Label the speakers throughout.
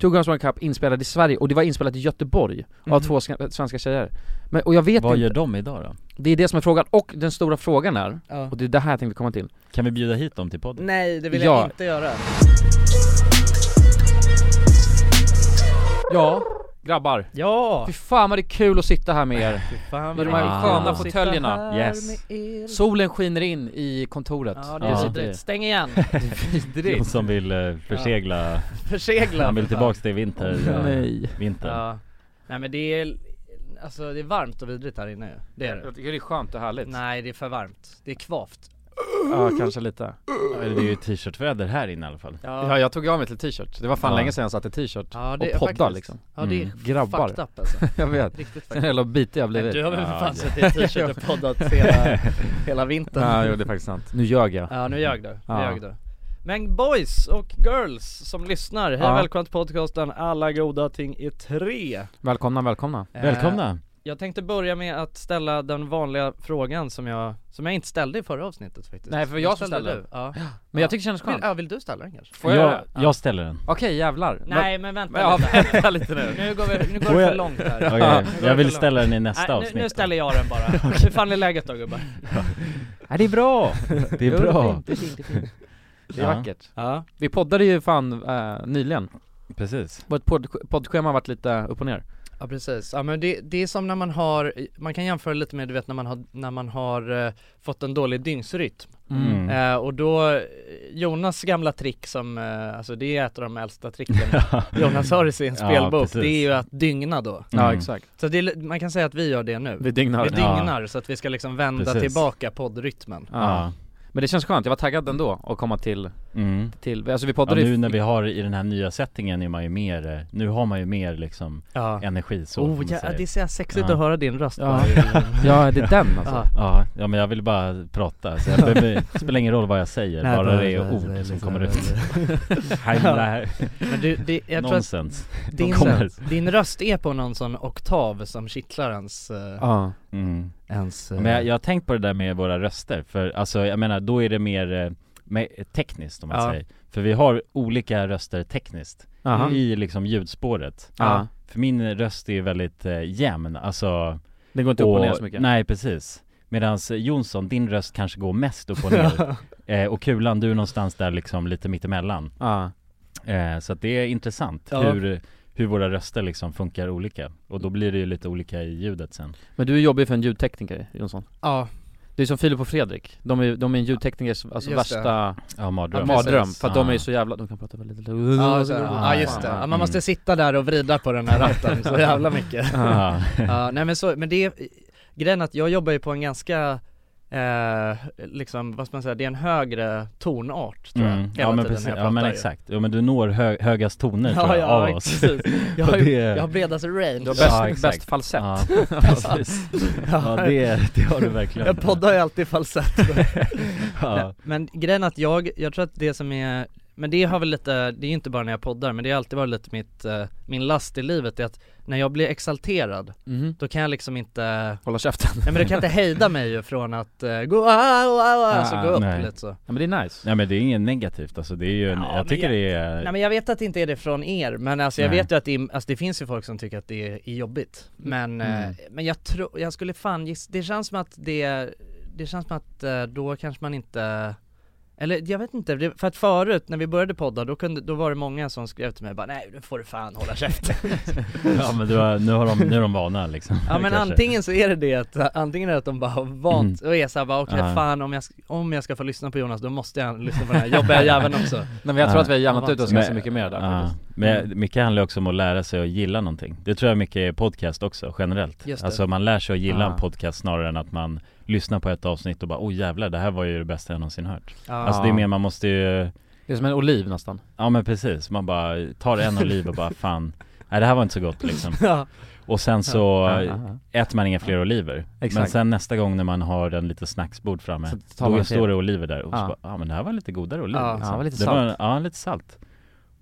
Speaker 1: Two Girls One Cup inspelad i Sverige, och det var inspelat i Göteborg av
Speaker 2: Mhm.
Speaker 1: två ska- svenska tjejer Men, och jag vet
Speaker 3: Vad
Speaker 1: inte,
Speaker 3: gör de idag då?
Speaker 1: det är det som är frågan, och den stora frågan är,
Speaker 2: Ja.
Speaker 1: och det är det här jag tänkte komma till
Speaker 3: Kan vi bjuda hit dem till podden?
Speaker 2: Nej, det vill
Speaker 1: Ja.
Speaker 2: jag inte göra.
Speaker 1: Ja, grabbar
Speaker 2: Ja!
Speaker 1: Fy fan vad det är kul att sitta här med er
Speaker 2: Fy fan,
Speaker 1: Med de
Speaker 3: här
Speaker 2: vad
Speaker 3: sköna
Speaker 2: kul att sitta
Speaker 1: fåtöljerna.
Speaker 2: här
Speaker 3: Yes.
Speaker 2: med er.
Speaker 1: Solen skiner in i kontoret
Speaker 2: Ja, det är
Speaker 3: Ja.
Speaker 2: så vidrigt. Stäng igen.
Speaker 3: De
Speaker 1: vidrigt
Speaker 3: som vill eh, försegla,
Speaker 2: Försegla.
Speaker 3: han vill
Speaker 2: för fan.
Speaker 3: tillbaks till vinter, eh,
Speaker 1: Nej
Speaker 3: vinter
Speaker 2: Ja. Nej men det är, alltså det är varmt och vidrigt här inne ju. Det är det.
Speaker 1: tycker det är skönt och härligt
Speaker 2: Nej det är för varmt. Det är kvavt.
Speaker 1: Ja, kanske lite
Speaker 3: Eller Det är ju t-shirtväder här inne i alla fall
Speaker 1: Ja, jag tog av mig till t-shirt, det var fan
Speaker 3: Ja.
Speaker 1: länge sedan jag satte t-shirt
Speaker 2: Ja,
Speaker 1: och poddar liksom
Speaker 2: Ja det är
Speaker 3: Mm.
Speaker 1: Grabbar.
Speaker 2: fucked up alltså.
Speaker 1: Jag vet,
Speaker 2: Riktigt
Speaker 1: den
Speaker 2: fucked up.
Speaker 1: jävla bitig jag blivit
Speaker 2: Du har väl för
Speaker 3: Ja,
Speaker 2: fan
Speaker 3: det-
Speaker 2: suttit i t-shirt och poddat hela, hela vintern.
Speaker 1: Ja, jo, det är faktiskt sant. Nu ljög jag
Speaker 2: Ja nu ljög du, nu
Speaker 1: Ja.
Speaker 2: ljög du Men boys och girls som lyssnar, hej
Speaker 1: Ja.
Speaker 2: och välkomna till podcasten Alla goda ting i tre
Speaker 1: Välkomna, välkomna
Speaker 2: eh,
Speaker 3: Välkomna!
Speaker 2: Jag tänkte börja med att ställa den vanliga frågan som jag, som jag inte ställde i förra avsnittet faktiskt
Speaker 1: Nej, för jag
Speaker 2: Den
Speaker 1: som ställde
Speaker 2: du. Ja.
Speaker 1: Men jag tycker det känns
Speaker 2: Vill,
Speaker 1: skönt
Speaker 2: ja, vill du ställa den kanske?
Speaker 1: Får jag,
Speaker 3: Jag,
Speaker 1: göra det?
Speaker 3: jag ställer den
Speaker 1: Okej jävlar
Speaker 2: Nej men vänta
Speaker 1: Men, ja,
Speaker 2: lite.
Speaker 1: vänta lite nu
Speaker 2: Nu går, vi, nu går
Speaker 3: Får
Speaker 2: det
Speaker 3: jag-
Speaker 2: för långt här
Speaker 3: Okej, Jag vill ställa den i nästa
Speaker 2: Nej,
Speaker 3: avsnitt
Speaker 2: nu, nu ställer jag den bara, hur fan är läget då gubbar?
Speaker 3: Ja, det är bra! Det är bra!
Speaker 2: Det är fint, det är fint
Speaker 1: Det är
Speaker 3: Ja.
Speaker 1: vackert
Speaker 2: Ja,
Speaker 1: Vi poddade ju fan eh, nyligen,
Speaker 3: Precis
Speaker 1: vårt podd- poddschema har varit lite upp och ner
Speaker 2: Ja precis, ja men det, det är som när man har, man kan jämföra lite med du vet när man har, när man har eh, fått en dålig dygnsrytm
Speaker 3: Mm.
Speaker 2: eh, och då, eh, Jonas gamla trick som, eh, alltså det är ett av de äldsta tricken Jonas har i sin
Speaker 3: Ja,
Speaker 2: spelbok,
Speaker 3: precis.
Speaker 2: det är ju att dygna då
Speaker 1: Ja
Speaker 3: Mm.
Speaker 1: exakt,
Speaker 2: Så det är, li- man kan säga att vi gör det nu
Speaker 1: vi
Speaker 2: Vi
Speaker 1: dygnar
Speaker 3: Ja.
Speaker 2: dygnar så att vi ska liksom vända
Speaker 3: Precis.
Speaker 2: tillbaka poddrytmen
Speaker 1: ja. Men det känns skönt, jag var taggad ändå att komma till,
Speaker 3: Ja. Mm.
Speaker 1: till alltså vi
Speaker 3: Ja,
Speaker 1: poddade
Speaker 3: nu
Speaker 1: ju
Speaker 3: när vi har i den här nya settingen är man ju mer, eh, nu har man ju mer liksom
Speaker 2: Ja,
Speaker 3: energi så får
Speaker 2: oh,
Speaker 3: man
Speaker 2: ja
Speaker 3: säga.
Speaker 2: det är så jävla sexigt
Speaker 3: Ja.
Speaker 2: att höra din röst
Speaker 1: Ja.
Speaker 2: bara.
Speaker 1: Ja det är den alltså
Speaker 2: Ja.
Speaker 3: Ja, ja men jag vill bara prata, så jag behöver, det spelar ingen roll vad jag säger,
Speaker 2: Nej,
Speaker 3: bara det
Speaker 2: nej,
Speaker 3: är ord
Speaker 2: nej,
Speaker 3: som
Speaker 2: nej,
Speaker 3: kommer
Speaker 2: nej,
Speaker 3: ut
Speaker 2: Ja.
Speaker 3: Heimla,
Speaker 2: Men du, det, jag tror att
Speaker 3: nonsens De
Speaker 2: Din,
Speaker 3: kommer.
Speaker 2: din röst är på någon sån oktav som kittlar ens, eh,
Speaker 1: Ja,
Speaker 3: mm.
Speaker 2: ens eh,
Speaker 3: Men jag, jag har tänkt på det där med våra röster, för alltså jag menar då är det mer eh, me- tekniskt om man
Speaker 2: Ja.
Speaker 3: säger För vi har olika röster tekniskt
Speaker 1: Aha.
Speaker 3: i liksom ljudspåret
Speaker 1: Ja.
Speaker 3: För min röst är ju väldigt eh, jämn, alltså
Speaker 1: det går inte upp och ner så mycket
Speaker 3: Nej precis Medan Jonsson, din röst kanske går mest upp och ner eh, Och Kulan, du är någonstans där liksom lite mittemellan
Speaker 1: Ja.
Speaker 3: eh, Så att det är intressant
Speaker 2: Ja.
Speaker 3: hur, hur våra röster liksom funkar olika Och då blir det ju lite olika i ljudet sen
Speaker 1: Men du är jobbig för en ljudtekniker Jonsson
Speaker 2: Ja,
Speaker 1: Det är som Filip och Fredrik, de är, de är en ljudteknikers alltså
Speaker 2: Just det.
Speaker 1: värsta
Speaker 3: Ja, mardröm Ah.
Speaker 1: mardröm
Speaker 2: precis.
Speaker 1: för att de är
Speaker 3: Ja.
Speaker 1: så jävla, de kan prata väldigt lite
Speaker 2: ja, så, ja just det, ja, man
Speaker 3: Mm.
Speaker 2: måste sitta där och vrida på den här ratten så jävla mycket
Speaker 3: Ah. Ja.
Speaker 2: Ja, nej men så, men det, är- grejen är att jag jobbar ju på en ganska Eh, liksom, vad ska man säga, det är en högre tonart tror jag,
Speaker 3: Mm.
Speaker 2: hela
Speaker 3: Ja men
Speaker 2: tiden
Speaker 3: precis,
Speaker 2: när jag
Speaker 3: ja men
Speaker 2: pratar ju.
Speaker 3: exakt, ja men du når hö högast toner
Speaker 2: Ja,
Speaker 3: tror jag,
Speaker 2: ja,
Speaker 3: av oss
Speaker 2: precis. Jag har,
Speaker 3: Och
Speaker 2: ju,
Speaker 3: det-
Speaker 2: jag har bredast range
Speaker 1: Du har bäst,
Speaker 3: Ja, exakt.
Speaker 1: bäst falsett
Speaker 3: Ja, precis. ja det, det har du verkligen
Speaker 2: Jag poddar ju alltid i falsett Nej,
Speaker 3: ja.
Speaker 2: Men grejen är att jag, jag tror att det som är, men det har väl lite, det är ju inte bara när jag poddar men det har alltid varit lite mitt, eh, min last i livet är att när jag blir exalterad,
Speaker 3: mm.
Speaker 1: Mhm.
Speaker 2: då kan jag liksom inte,
Speaker 1: Hålla käften
Speaker 2: nej men du kan inte hejda mig ju från att eh, gå, ah, ah, ah, alltså gå upp
Speaker 3: Nej.
Speaker 2: lite så
Speaker 1: Ja men det är nice
Speaker 3: Nej men det är inget negativt alltså, det är ju en,
Speaker 2: Ja, men
Speaker 3: jag tycker
Speaker 2: jag-
Speaker 3: det är
Speaker 2: Nej men jag vet att det inte är det från er, men alltså jag
Speaker 3: Nej.
Speaker 2: vet ju att det, är, alltså det finns ju folk som tycker att det är, är jobbigt Men, eh,
Speaker 3: Mm.
Speaker 2: men jag tror, jag skulle fan gissa, det känns som att det, det känns som att eh, då kanske man inte eller jag vet inte, det- för att förut när vi började podda då, kunde, då var det många som skrev till mig bara nej nu får du fan hålla käften
Speaker 3: Ja men du har, nu, har de, nu är de vana liksom
Speaker 2: Ja men
Speaker 3: Kanske. Mm.
Speaker 2: antingen så är det det att, antingen är det att de bara har vant och är såhär bara okej
Speaker 3: Ja.
Speaker 2: fan om jag, sk- om jag ska få lyssna på Jonas då måste jag lyssna på den här jobbiga jäveln också
Speaker 1: Nej men jag tror
Speaker 3: Ja.
Speaker 1: att vi har jämnat
Speaker 2: Ja,
Speaker 1: ut oss
Speaker 3: men-
Speaker 1: ganska mycket mer där
Speaker 3: Ja.
Speaker 1: faktiskt.
Speaker 2: Mm.
Speaker 3: Men mycket handlar också om att lära sig att gilla någonting Det tror jag mycket är podcast också, generellt
Speaker 2: Just det.
Speaker 3: Alltså man lär sig att gilla
Speaker 1: Ah.
Speaker 3: en podcast snarare än att man lyssnar på ett avsnitt och bara oh jävlar det här var ju det bästa jag någonsin hört
Speaker 2: Ja.
Speaker 3: Alltså det är mer, man måste ju
Speaker 1: Det är som en oliv nästan
Speaker 3: Ja men precis, man bara tar en oliv och bara fan Nej det här var inte så gott liksom
Speaker 2: Ja.
Speaker 3: Och sen så
Speaker 1: Ja, ja, ja.
Speaker 3: äter man inga fler oliver Men
Speaker 1: Exakt.
Speaker 3: sen nästa gång när man har en liten snacksbord framme
Speaker 1: Så tar man
Speaker 3: Då
Speaker 1: en
Speaker 3: står det oliver där och
Speaker 1: Ja.
Speaker 3: så bara, ja men det här var lite godare oliver liksom.
Speaker 2: Ja.
Speaker 1: Ja, det var lite
Speaker 3: det Var, ja lite salt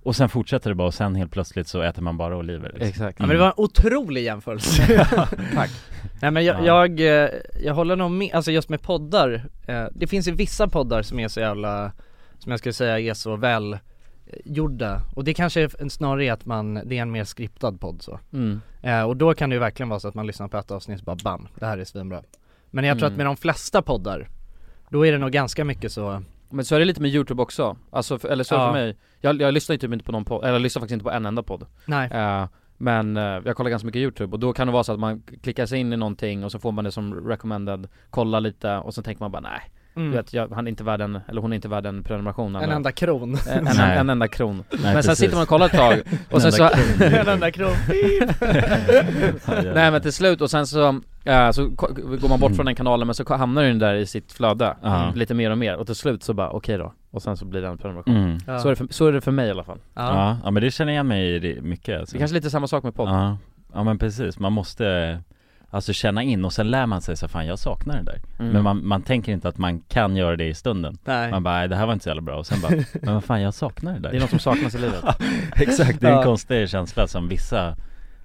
Speaker 3: Och sen fortsätter det bara och sen helt plötsligt så äter man bara oliver liksom.
Speaker 1: Exakt
Speaker 2: Ja men det var en otrolig jämförelse
Speaker 1: Mm. Tack.
Speaker 2: Nej men jag,
Speaker 3: Ja.
Speaker 2: jag, eh, jag håller nog med, alltså just med poddar eh, Det finns ju vissa poddar som är så jävla Som jag skulle säga är så väl gjorda och det kanske är en, snarare är att man, det är en mer skriptad podd så.
Speaker 1: Mm.
Speaker 2: Eh, och då kan det ju verkligen vara så att man lyssnar på ett avsnitt och bara bam, det här är svinbra. Men jag tror
Speaker 1: Mm.
Speaker 2: att med de flesta poddar, då är det nog ganska mycket så,
Speaker 1: Men så är det lite med youtube också, alltså, för, eller så är det
Speaker 2: Ja.
Speaker 1: för mig jag, jag lyssnar ju typ inte på någon podd, eller jag lyssnar faktiskt inte på en enda podd
Speaker 2: nej,
Speaker 1: Eh, Men eh, jag kollar ganska mycket youtube och då kan det vara så att man klickar sig in i någonting och så får man det som recommended, kollar lite och sen tänker man bara nej, du
Speaker 2: mm,
Speaker 1: vet, jag, han är inte värd en, eller hon är inte värd en prenumeration
Speaker 2: en
Speaker 1: eller
Speaker 2: enda kron.
Speaker 1: eh, en,
Speaker 3: Nej.
Speaker 1: en enda kron
Speaker 3: Nej,
Speaker 1: Men sen
Speaker 3: precis.
Speaker 1: sitter man och kollar ett tag och sen
Speaker 3: Den
Speaker 1: så,
Speaker 3: där krogen.
Speaker 2: en enda kron.
Speaker 1: nej men till slut och sen så, eh, så ko- går man bort från den kanalen men så ko- hamnar den där i sitt flöde
Speaker 3: Mm. Ja.
Speaker 1: lite mer och mer och till slut så bara okej då, och sen så blir det en prenumeration
Speaker 3: Mm.
Speaker 2: Ja.
Speaker 1: så, är det för, så är det för mig i alla fall
Speaker 2: ja.
Speaker 3: Ja. ja, men det känner jag mig i det- mycket alltså.
Speaker 1: Det är kanske är lite samma sak med podd
Speaker 3: ja. ja, men precis, man måste Alltså känna in och sen lär man sig så här, fan jag saknar det där
Speaker 1: Mm.
Speaker 3: Men man, man tänker inte att man kan göra det i stunden
Speaker 2: Nej.
Speaker 3: Man bara, "Nej, det här var inte så jävla bra och sen bara, men vad fan jag saknar det där
Speaker 1: Det är något som saknas i livet
Speaker 3: Exakt, det är en
Speaker 2: Ja.
Speaker 3: konstig känsla som vissa alltså,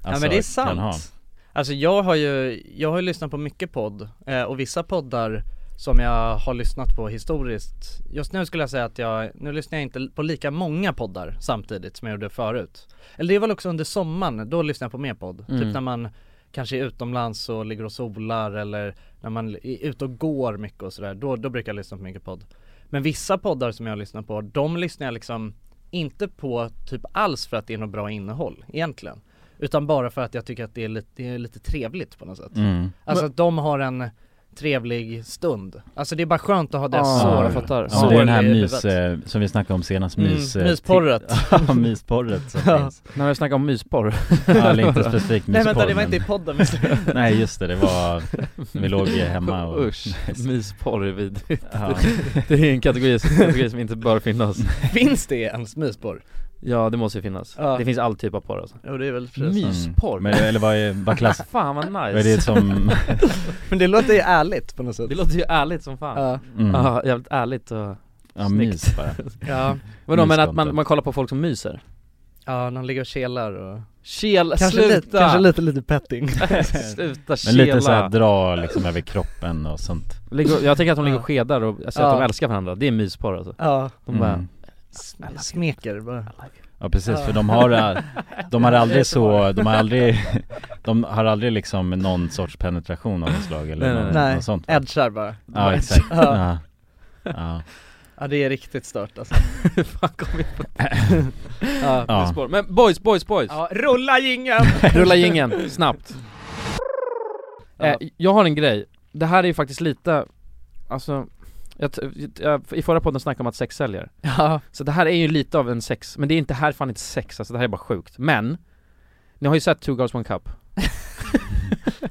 Speaker 2: ja men det är
Speaker 3: kan ha.
Speaker 2: sant Alltså jag har ju, jag har ju lyssnat på mycket podd eh, och vissa poddar som jag har lyssnat på historiskt Just nu skulle jag säga att jag, nu lyssnar jag inte på lika många poddar samtidigt som jag gjorde förut Eller det är väl också under sommaren, då lyssnar jag på mer podd
Speaker 1: Mm.
Speaker 2: Typ när man kanske är utomlands och ligger och solar eller när man är ute och går mycket och sådär då, då brukar jag lyssna på mycket podd Men vissa poddar som jag lyssnar på, de lyssnar jag liksom inte på typ alls för att det är något bra innehåll egentligen Utan bara för att jag tycker att det är lite, det är lite trevligt på något sätt
Speaker 3: Mm.
Speaker 2: Alltså att de har en trevlig stund Alltså det är bara skönt att ha det
Speaker 1: Ah,
Speaker 2: sår
Speaker 1: jag fattar.
Speaker 3: Ja,
Speaker 1: Så
Speaker 3: det är den här
Speaker 2: i
Speaker 3: mys,
Speaker 2: huvudet.
Speaker 3: eh, som vi snackade om senast,
Speaker 2: Mm,
Speaker 3: mys... eh,
Speaker 2: mysporret.
Speaker 3: Ja, mysporret som
Speaker 2: Ja.
Speaker 3: finns
Speaker 1: När vi snackar om mysporr
Speaker 3: Ja, eller inte specifikt
Speaker 2: Nej
Speaker 3: mysporr
Speaker 2: vänta det var
Speaker 3: men-
Speaker 2: inte i podden visst?
Speaker 3: Nej just det, det var, vi låg ju hemma och
Speaker 1: Usch, mysporr är vidrigt
Speaker 3: ja.
Speaker 1: Det är en kategori, som- kategori som inte bör finnas
Speaker 2: Finns det ens mysporr?
Speaker 1: Ja det måste ju finnas,
Speaker 2: Ja.
Speaker 1: det finns all typ av porr alltså
Speaker 2: Jo det är väl precis
Speaker 3: Mm.
Speaker 1: Mysporr?
Speaker 3: Men, eller vad är, vad klass,
Speaker 1: Fan vad
Speaker 3: vad är
Speaker 1: nice!
Speaker 3: Alltså, det som,
Speaker 2: Men det låter ju ärligt på något sätt
Speaker 1: Det låter ju ärligt som fan
Speaker 2: Ja,
Speaker 3: mm,
Speaker 1: Ja, jävligt ärligt och...
Speaker 3: ja
Speaker 1: snyggt.
Speaker 3: mys bara
Speaker 2: ja,
Speaker 1: Vadå men att man,
Speaker 3: Myscontent.
Speaker 1: man kollar på folk som myser?
Speaker 2: ja någon ligger och kelar och
Speaker 1: Kel,
Speaker 2: kanske
Speaker 1: sluta!
Speaker 2: Lite, kanske lite lite petting
Speaker 1: sluta
Speaker 3: Men lite såhär
Speaker 1: kela!
Speaker 3: dra liksom över kroppen och sånt
Speaker 1: Ligger- Jag tänker att de ligger
Speaker 2: Ja.
Speaker 1: och skedar och säger att
Speaker 2: Ja.
Speaker 1: de älskar varandra, det är mysporr alltså
Speaker 2: Ja,
Speaker 1: De bara
Speaker 3: Mm.
Speaker 2: Sm- smeker bara
Speaker 3: Ja precis,
Speaker 2: Ja.
Speaker 3: för de har, eh, de har aldrig så, de har aldrig, de har aldrig liksom någon sorts penetration av något slag eller
Speaker 1: Nej, nej,
Speaker 3: något,
Speaker 2: nej.
Speaker 3: Eh, något sånt
Speaker 2: edgar bara
Speaker 3: Ja exakt, ja, ja.
Speaker 2: Ja det är riktigt stört alltså
Speaker 1: Fan kom igen
Speaker 2: Ja,
Speaker 3: Ja.
Speaker 1: mysporr. Men boys, boys, boys!
Speaker 2: ja rulla jingeln!
Speaker 1: Rulla gingen snabbt eh,
Speaker 2: Ja.
Speaker 1: Jag har en grej, det här är ju faktiskt lite, alltså jag, t- jag, I förra podden snackade jag om att sex säljer,
Speaker 2: Ja,
Speaker 1: så det här är ju lite av en sex, men det är inte, här är fan inte sex alltså, det här är bara sjukt Men, ni har ju sett Two Girls One Cup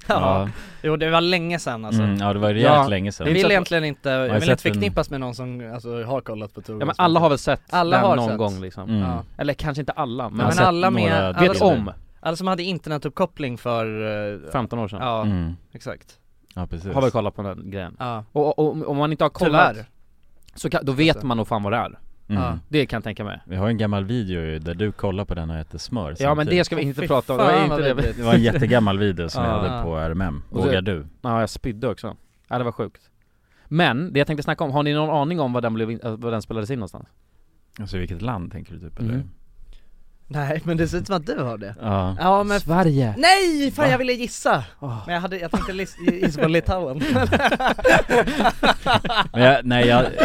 Speaker 2: ja. Jo det var länge sedan alltså
Speaker 3: Mm, ja det var rejält
Speaker 1: Ja.
Speaker 3: länge
Speaker 2: Jag
Speaker 1: Det
Speaker 3: sedan
Speaker 1: är-
Speaker 2: vill
Speaker 1: inte-
Speaker 2: egentligen inte, jag vill
Speaker 3: sett
Speaker 2: inte förknippas med någon som alltså, har kollat på Tour
Speaker 1: Ja men alla har väl sett Alltså,
Speaker 2: Alla
Speaker 1: den
Speaker 2: har
Speaker 1: någon
Speaker 2: sett.
Speaker 1: gång liksom
Speaker 3: mm.
Speaker 2: ja.
Speaker 1: Eller kanske inte alla, men,
Speaker 2: Ja, men
Speaker 1: sett,
Speaker 2: alla med-
Speaker 3: några
Speaker 2: alla
Speaker 1: vet
Speaker 3: bilder.
Speaker 1: om,
Speaker 2: Alla som hade internetuppkoppling för, eh,
Speaker 1: 15 år sedan
Speaker 2: ja
Speaker 3: Mm.
Speaker 2: exakt
Speaker 3: Ja precis
Speaker 1: Har väl kollat på den grejen
Speaker 2: Ja,
Speaker 1: Och, och, och om man inte har kollat,
Speaker 2: tyvärr Alltså.
Speaker 1: så kan, då vet man nog fan vad det är
Speaker 3: mm.
Speaker 2: Ja.
Speaker 1: Det kan jag tänka mig
Speaker 3: Vi har en gammal video ju där du kollar på den och äter smör
Speaker 1: Ja men
Speaker 3: samtidigt.
Speaker 1: det ska vi inte
Speaker 2: Fy
Speaker 1: prata om, det
Speaker 2: fan,
Speaker 1: var inte
Speaker 2: vad
Speaker 1: det vi-
Speaker 2: vidrigt.
Speaker 3: Det var en jättegammal video som vi
Speaker 1: Ja.
Speaker 3: hade på RMM,
Speaker 1: Och så-
Speaker 3: Vågar du?
Speaker 1: Ja, jag spydde också. Ja, det var sjukt. Men, det jag tänkte snacka om, har ni någon aning om var den, blev, in- äh, var den spelades in någonstans?
Speaker 3: Alltså vilket land tänker du typ
Speaker 1: eller?
Speaker 3: eller?
Speaker 2: Nej men det ser ut som att du har det
Speaker 3: Ja
Speaker 2: Ja men Mm.
Speaker 1: Sverige!
Speaker 2: Nej! Fan
Speaker 1: Va?
Speaker 2: jag ville gissa!
Speaker 1: Åh.
Speaker 2: Men jag, hade, jag tänkte lis- gissa på Litauen
Speaker 3: Men jag, nej jag,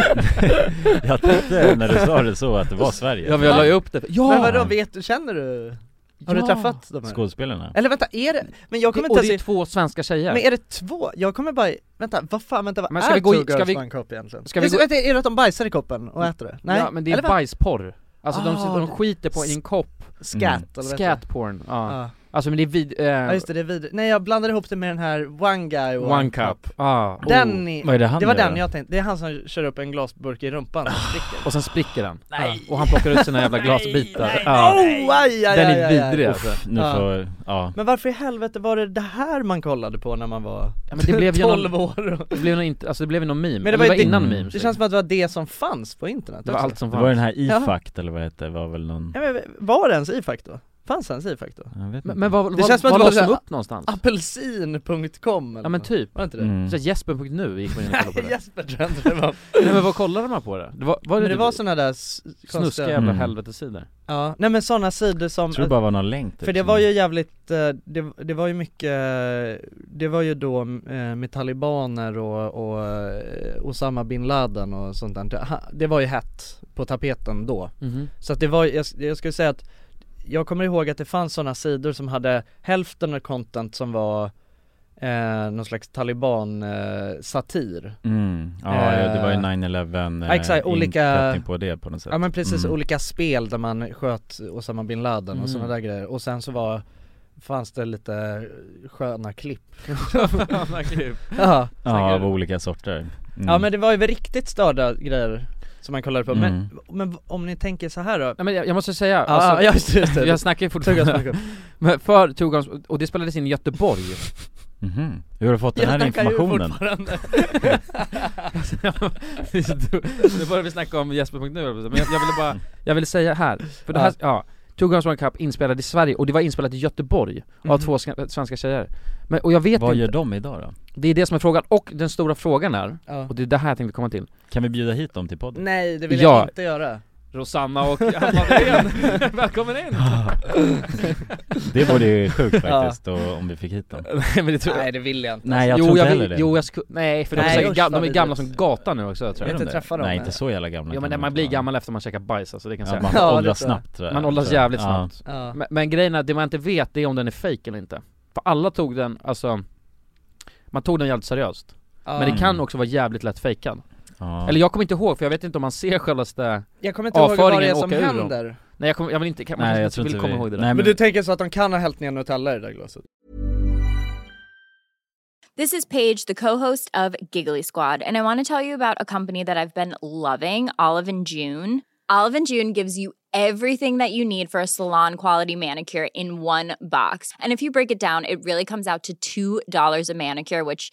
Speaker 3: jag tänkte när du sa det så att det var Sverige
Speaker 1: Ja men jag la ju upp det, ja!
Speaker 2: Men vadå, vet du, känner du? Har du
Speaker 1: Ja.
Speaker 2: träffat de här?
Speaker 3: Skådespelarna?
Speaker 2: Eller vänta, är det? Men jag kommer
Speaker 1: och
Speaker 2: inte
Speaker 1: det är
Speaker 2: ens
Speaker 1: två svenska tjejer.
Speaker 2: men är det två? Jag kommer bara, vänta, vad fan, vänta vad
Speaker 1: Men ska
Speaker 2: är
Speaker 1: vi gå i-
Speaker 2: Two
Speaker 1: ska
Speaker 2: Girls
Speaker 1: vi-
Speaker 2: One Cup egentligen?
Speaker 1: ska vi
Speaker 2: Just-
Speaker 1: gå-
Speaker 2: vänta, är det att de bajsar i koppen och äter det? Nej?
Speaker 1: Ja men det är
Speaker 2: Eller vad?
Speaker 1: bajsporr. Alltså
Speaker 2: Ah,
Speaker 1: de, de skiter på i en kopp,
Speaker 2: Scat,
Speaker 3: Mm.
Speaker 2: eller vad heter det?
Speaker 1: scatporn. Ja.
Speaker 2: Ja.
Speaker 1: Alltså men det är vid, eh,
Speaker 2: Ja just det, det är vidrigt. Nej jag blandade ihop det med den här One Guy och
Speaker 1: one cup. Ah, oh.
Speaker 2: Den är,
Speaker 3: Vad är det han
Speaker 2: det var
Speaker 3: gör
Speaker 2: den
Speaker 3: då?
Speaker 2: jag tänkte, det är han som kör upp en glasburk i rumpan
Speaker 1: Ah,
Speaker 2: och spricker
Speaker 1: Och sen spricker den. Ja.
Speaker 2: Nej.
Speaker 1: Och han plockar ut sina jävla glasbitar. Ja.
Speaker 2: Oh, aj, aj,
Speaker 1: Den
Speaker 2: aj,
Speaker 1: är
Speaker 2: aj, aj.
Speaker 1: vidrig
Speaker 3: Uff,
Speaker 1: alltså.
Speaker 3: Nu
Speaker 2: Ja.
Speaker 3: får, ja
Speaker 2: Men varför i helvete var det det här man kollade på när man var
Speaker 1: Ja, men det blev ju
Speaker 2: 12
Speaker 1: någon,
Speaker 2: år? och-
Speaker 1: det blev någon, inte- alltså det blev ju någon meme. Men
Speaker 2: det
Speaker 1: det var,
Speaker 2: var ju det-
Speaker 1: innan
Speaker 3: Mm.
Speaker 1: memes.
Speaker 2: Det känns som att det var det som fanns på internet
Speaker 1: det var
Speaker 2: också.
Speaker 1: allt som
Speaker 3: Det var den
Speaker 1: fanns.
Speaker 3: här
Speaker 2: Ja.
Speaker 3: IFACT eller vad det hette, var väl någon
Speaker 2: Ja, men, var det ens IFAC då? Fanns hans i faktiskt då?
Speaker 3: Jag vet
Speaker 1: Men,
Speaker 3: inte.
Speaker 1: men vad,
Speaker 2: Det
Speaker 1: vad,
Speaker 2: känns som
Speaker 1: vad
Speaker 2: att det var
Speaker 1: lades de
Speaker 2: så här-
Speaker 1: upp någonstans?
Speaker 2: Apelsin.com eller
Speaker 1: Ja men
Speaker 2: något.
Speaker 1: typ,
Speaker 2: Var det inte det?
Speaker 3: Mm.
Speaker 1: så här, jesper.nu gick man in och kollade på
Speaker 2: Nej
Speaker 1: det
Speaker 2: Jesper tror jag inte det var
Speaker 1: Nej men vad kollade man på det? Det var, var
Speaker 2: Men
Speaker 1: det,
Speaker 2: det typ var såna där s-
Speaker 1: snuska
Speaker 2: konstiga,
Speaker 1: jävla
Speaker 3: Mm.
Speaker 1: helvetesidor
Speaker 2: ja, nej men såna sidor som
Speaker 3: Jag tror det bara var någon länk typ,
Speaker 2: För det
Speaker 3: som-
Speaker 2: var ju jävligt, eh, det, det var ju mycket, eh, det var ju då eh, med talibaner och, och eh, Osama bin Laden och sånt där Ha- Det var ju hett på tapeten då
Speaker 1: Mhm.
Speaker 2: Så att det var, jag, jag skulle säga att Jag kommer ihåg att det fanns sådana sidor som hade hälften av content som var eh, någon slags eh, taliban-satir
Speaker 3: Mm. Ja, ja, det var ju
Speaker 2: Eh,
Speaker 3: 9-11
Speaker 2: ja, exakt, olika-
Speaker 3: inkräktning på det på något sätt
Speaker 2: Ja men precis,
Speaker 3: Mm.
Speaker 2: olika spel där man sköt Osama bin Laden
Speaker 1: Mm.
Speaker 2: och sådana där grejer och sen så var Fanns det lite sköna klipp? ja.
Speaker 3: Ja, av olika sorter Mm.
Speaker 2: ja men det var ju riktigt störda grejer som man kollade på
Speaker 3: Mm.
Speaker 2: men, men om ni tänker så här då?
Speaker 1: Nej men jag, jag måste säga,
Speaker 2: Ja,
Speaker 1: alltså,
Speaker 2: ja just det, just det.
Speaker 1: jag snackar ju fortfarande
Speaker 2: Tugga,
Speaker 1: Men för Tugans, och det spelades in i Göteborg
Speaker 3: Mhm. Hur har du fått den
Speaker 2: Jag
Speaker 3: här
Speaker 2: snackar ju
Speaker 3: informationen?
Speaker 2: fortfarande.
Speaker 1: Nu börjar vi snacka om Jesper.nu men jag, jag ville bara, jag ville säga här, för det här, ja Two Girls One Cup inspelad i Sverige, och det var inspelat i Göteborg av
Speaker 2: Mhm.
Speaker 1: två ska- svenska tjejer Men, och jag vet
Speaker 3: Vad
Speaker 1: inte,
Speaker 3: gör de idag då?
Speaker 1: det är det som är frågan, och den stora frågan är,
Speaker 2: ja.
Speaker 1: och det är det här jag tänkte komma till
Speaker 3: Kan vi bjuda hit dem till podden?
Speaker 2: Nej det vill
Speaker 1: Ja.
Speaker 2: jag inte göra
Speaker 1: Rosanna och Hanna Wilén, välkommen in!
Speaker 3: Det vore ju sjukt faktiskt och, om vi fick hit dem
Speaker 1: Nej men det tror jag
Speaker 2: Nej det vill jag inte
Speaker 3: Nej jag
Speaker 1: jo,
Speaker 3: tror inte
Speaker 1: jag
Speaker 3: heller
Speaker 1: vill,
Speaker 3: det
Speaker 1: jo jag skulle, nej för de,
Speaker 2: Nej,
Speaker 1: är säkert
Speaker 2: usch,
Speaker 1: gamla,
Speaker 2: vad
Speaker 1: de är gamla som
Speaker 2: vidrigt.
Speaker 1: gatan nu också tror
Speaker 2: Jag
Speaker 1: jag
Speaker 2: vet inte
Speaker 3: det?
Speaker 2: träffa dem
Speaker 3: Nej inte så jävla gamla
Speaker 1: Jo
Speaker 3: kan
Speaker 1: men
Speaker 3: de
Speaker 1: man
Speaker 3: inte
Speaker 1: blir
Speaker 3: vara.
Speaker 1: gammal efter man käkar bajs alltså, det kan jag
Speaker 3: ja,
Speaker 1: säga
Speaker 3: Man
Speaker 2: Ja, det
Speaker 3: åldras
Speaker 2: tror jag.
Speaker 3: snabbt tror jag.
Speaker 1: Man åldras
Speaker 3: tror jag.
Speaker 1: jävligt
Speaker 3: Ja.
Speaker 1: snabbt
Speaker 2: ja.
Speaker 1: men, men grejen är, det man inte vet det är om den är fake eller inte För alla tog den, alltså Man tog den jävligt seriöst
Speaker 2: Ja.
Speaker 1: Men det kan
Speaker 3: Mm.
Speaker 1: också vara jävligt lätt fejkad
Speaker 3: Ja.
Speaker 1: Eller jag kommer inte ihåg för jag vet inte om man ser självaste
Speaker 2: Jag kommer inte ihåg vad det är
Speaker 1: avföringen
Speaker 2: som
Speaker 1: åka ur dem.
Speaker 2: händer
Speaker 1: Nej jag, kommer, jag vill inte, kan- man kanske
Speaker 3: Nej, jag
Speaker 1: inte
Speaker 3: tror
Speaker 1: vill
Speaker 3: inte
Speaker 1: komma
Speaker 3: vi-
Speaker 1: ihåg det där
Speaker 3: Nej,
Speaker 1: Nej,
Speaker 2: Men
Speaker 3: men-
Speaker 2: du tänker så att de kan ha hällt ner Nutella i det där glaset?
Speaker 4: This is Paige, the co-host of Giggly Squad, and I want to tell you about a company that I've been loving, Olive and June. Olive and June gives you everything that you need for a salon quality manicure in one box. And if you break it down, it really comes out to $2 a manicure, which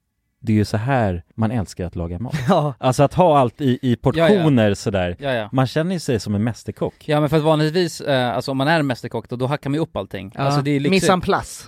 Speaker 3: det är ju så här man älskar att laga mat.
Speaker 2: Ja.
Speaker 3: Alltså att ha allt i, i portioner sådär.
Speaker 1: Ja, ja.
Speaker 3: Man känner ju sig som en mästerkock.
Speaker 5: Ja men för att vanligtvis, eh, alltså om man är mästerkock då, då hackar man ju upp allting.
Speaker 2: Ja.
Speaker 5: Alltså det är lyxigt.
Speaker 2: Missan plus.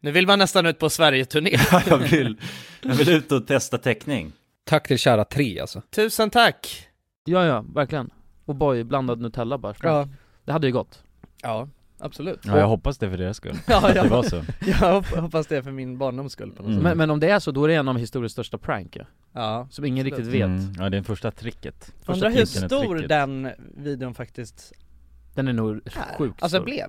Speaker 2: Nu vill man nästan ut på Sverige-turné.
Speaker 6: Jag vill, jag vill ut och testa täckning.
Speaker 5: Tack till kära tre alltså.
Speaker 2: Tusen tack!
Speaker 1: Ja, ja, verkligen. Och boy, blandad Nutella bara.
Speaker 2: Ja,
Speaker 1: Det hade ju gått.
Speaker 2: ja absolut.
Speaker 3: Ja, jag hoppas det för deras skull.
Speaker 2: Ja,
Speaker 3: Att det
Speaker 2: jag,
Speaker 3: var så.
Speaker 2: jag hop- hoppas det för min barndoms skull på något
Speaker 3: Mm.
Speaker 2: sätt.
Speaker 1: Men, men om det är så, då är det en av historiens största prank ju.
Speaker 2: Ja.
Speaker 1: Som ingen
Speaker 2: Absolut.
Speaker 1: riktigt vet.
Speaker 3: Mm. Ja, det är den första tricket.
Speaker 1: Första
Speaker 2: Undrar hur
Speaker 1: tricken är
Speaker 2: stor
Speaker 1: tricket.
Speaker 2: den videon faktiskt
Speaker 1: Den är nog
Speaker 2: är.
Speaker 1: sjukt
Speaker 2: alltså
Speaker 1: stor.
Speaker 2: blev.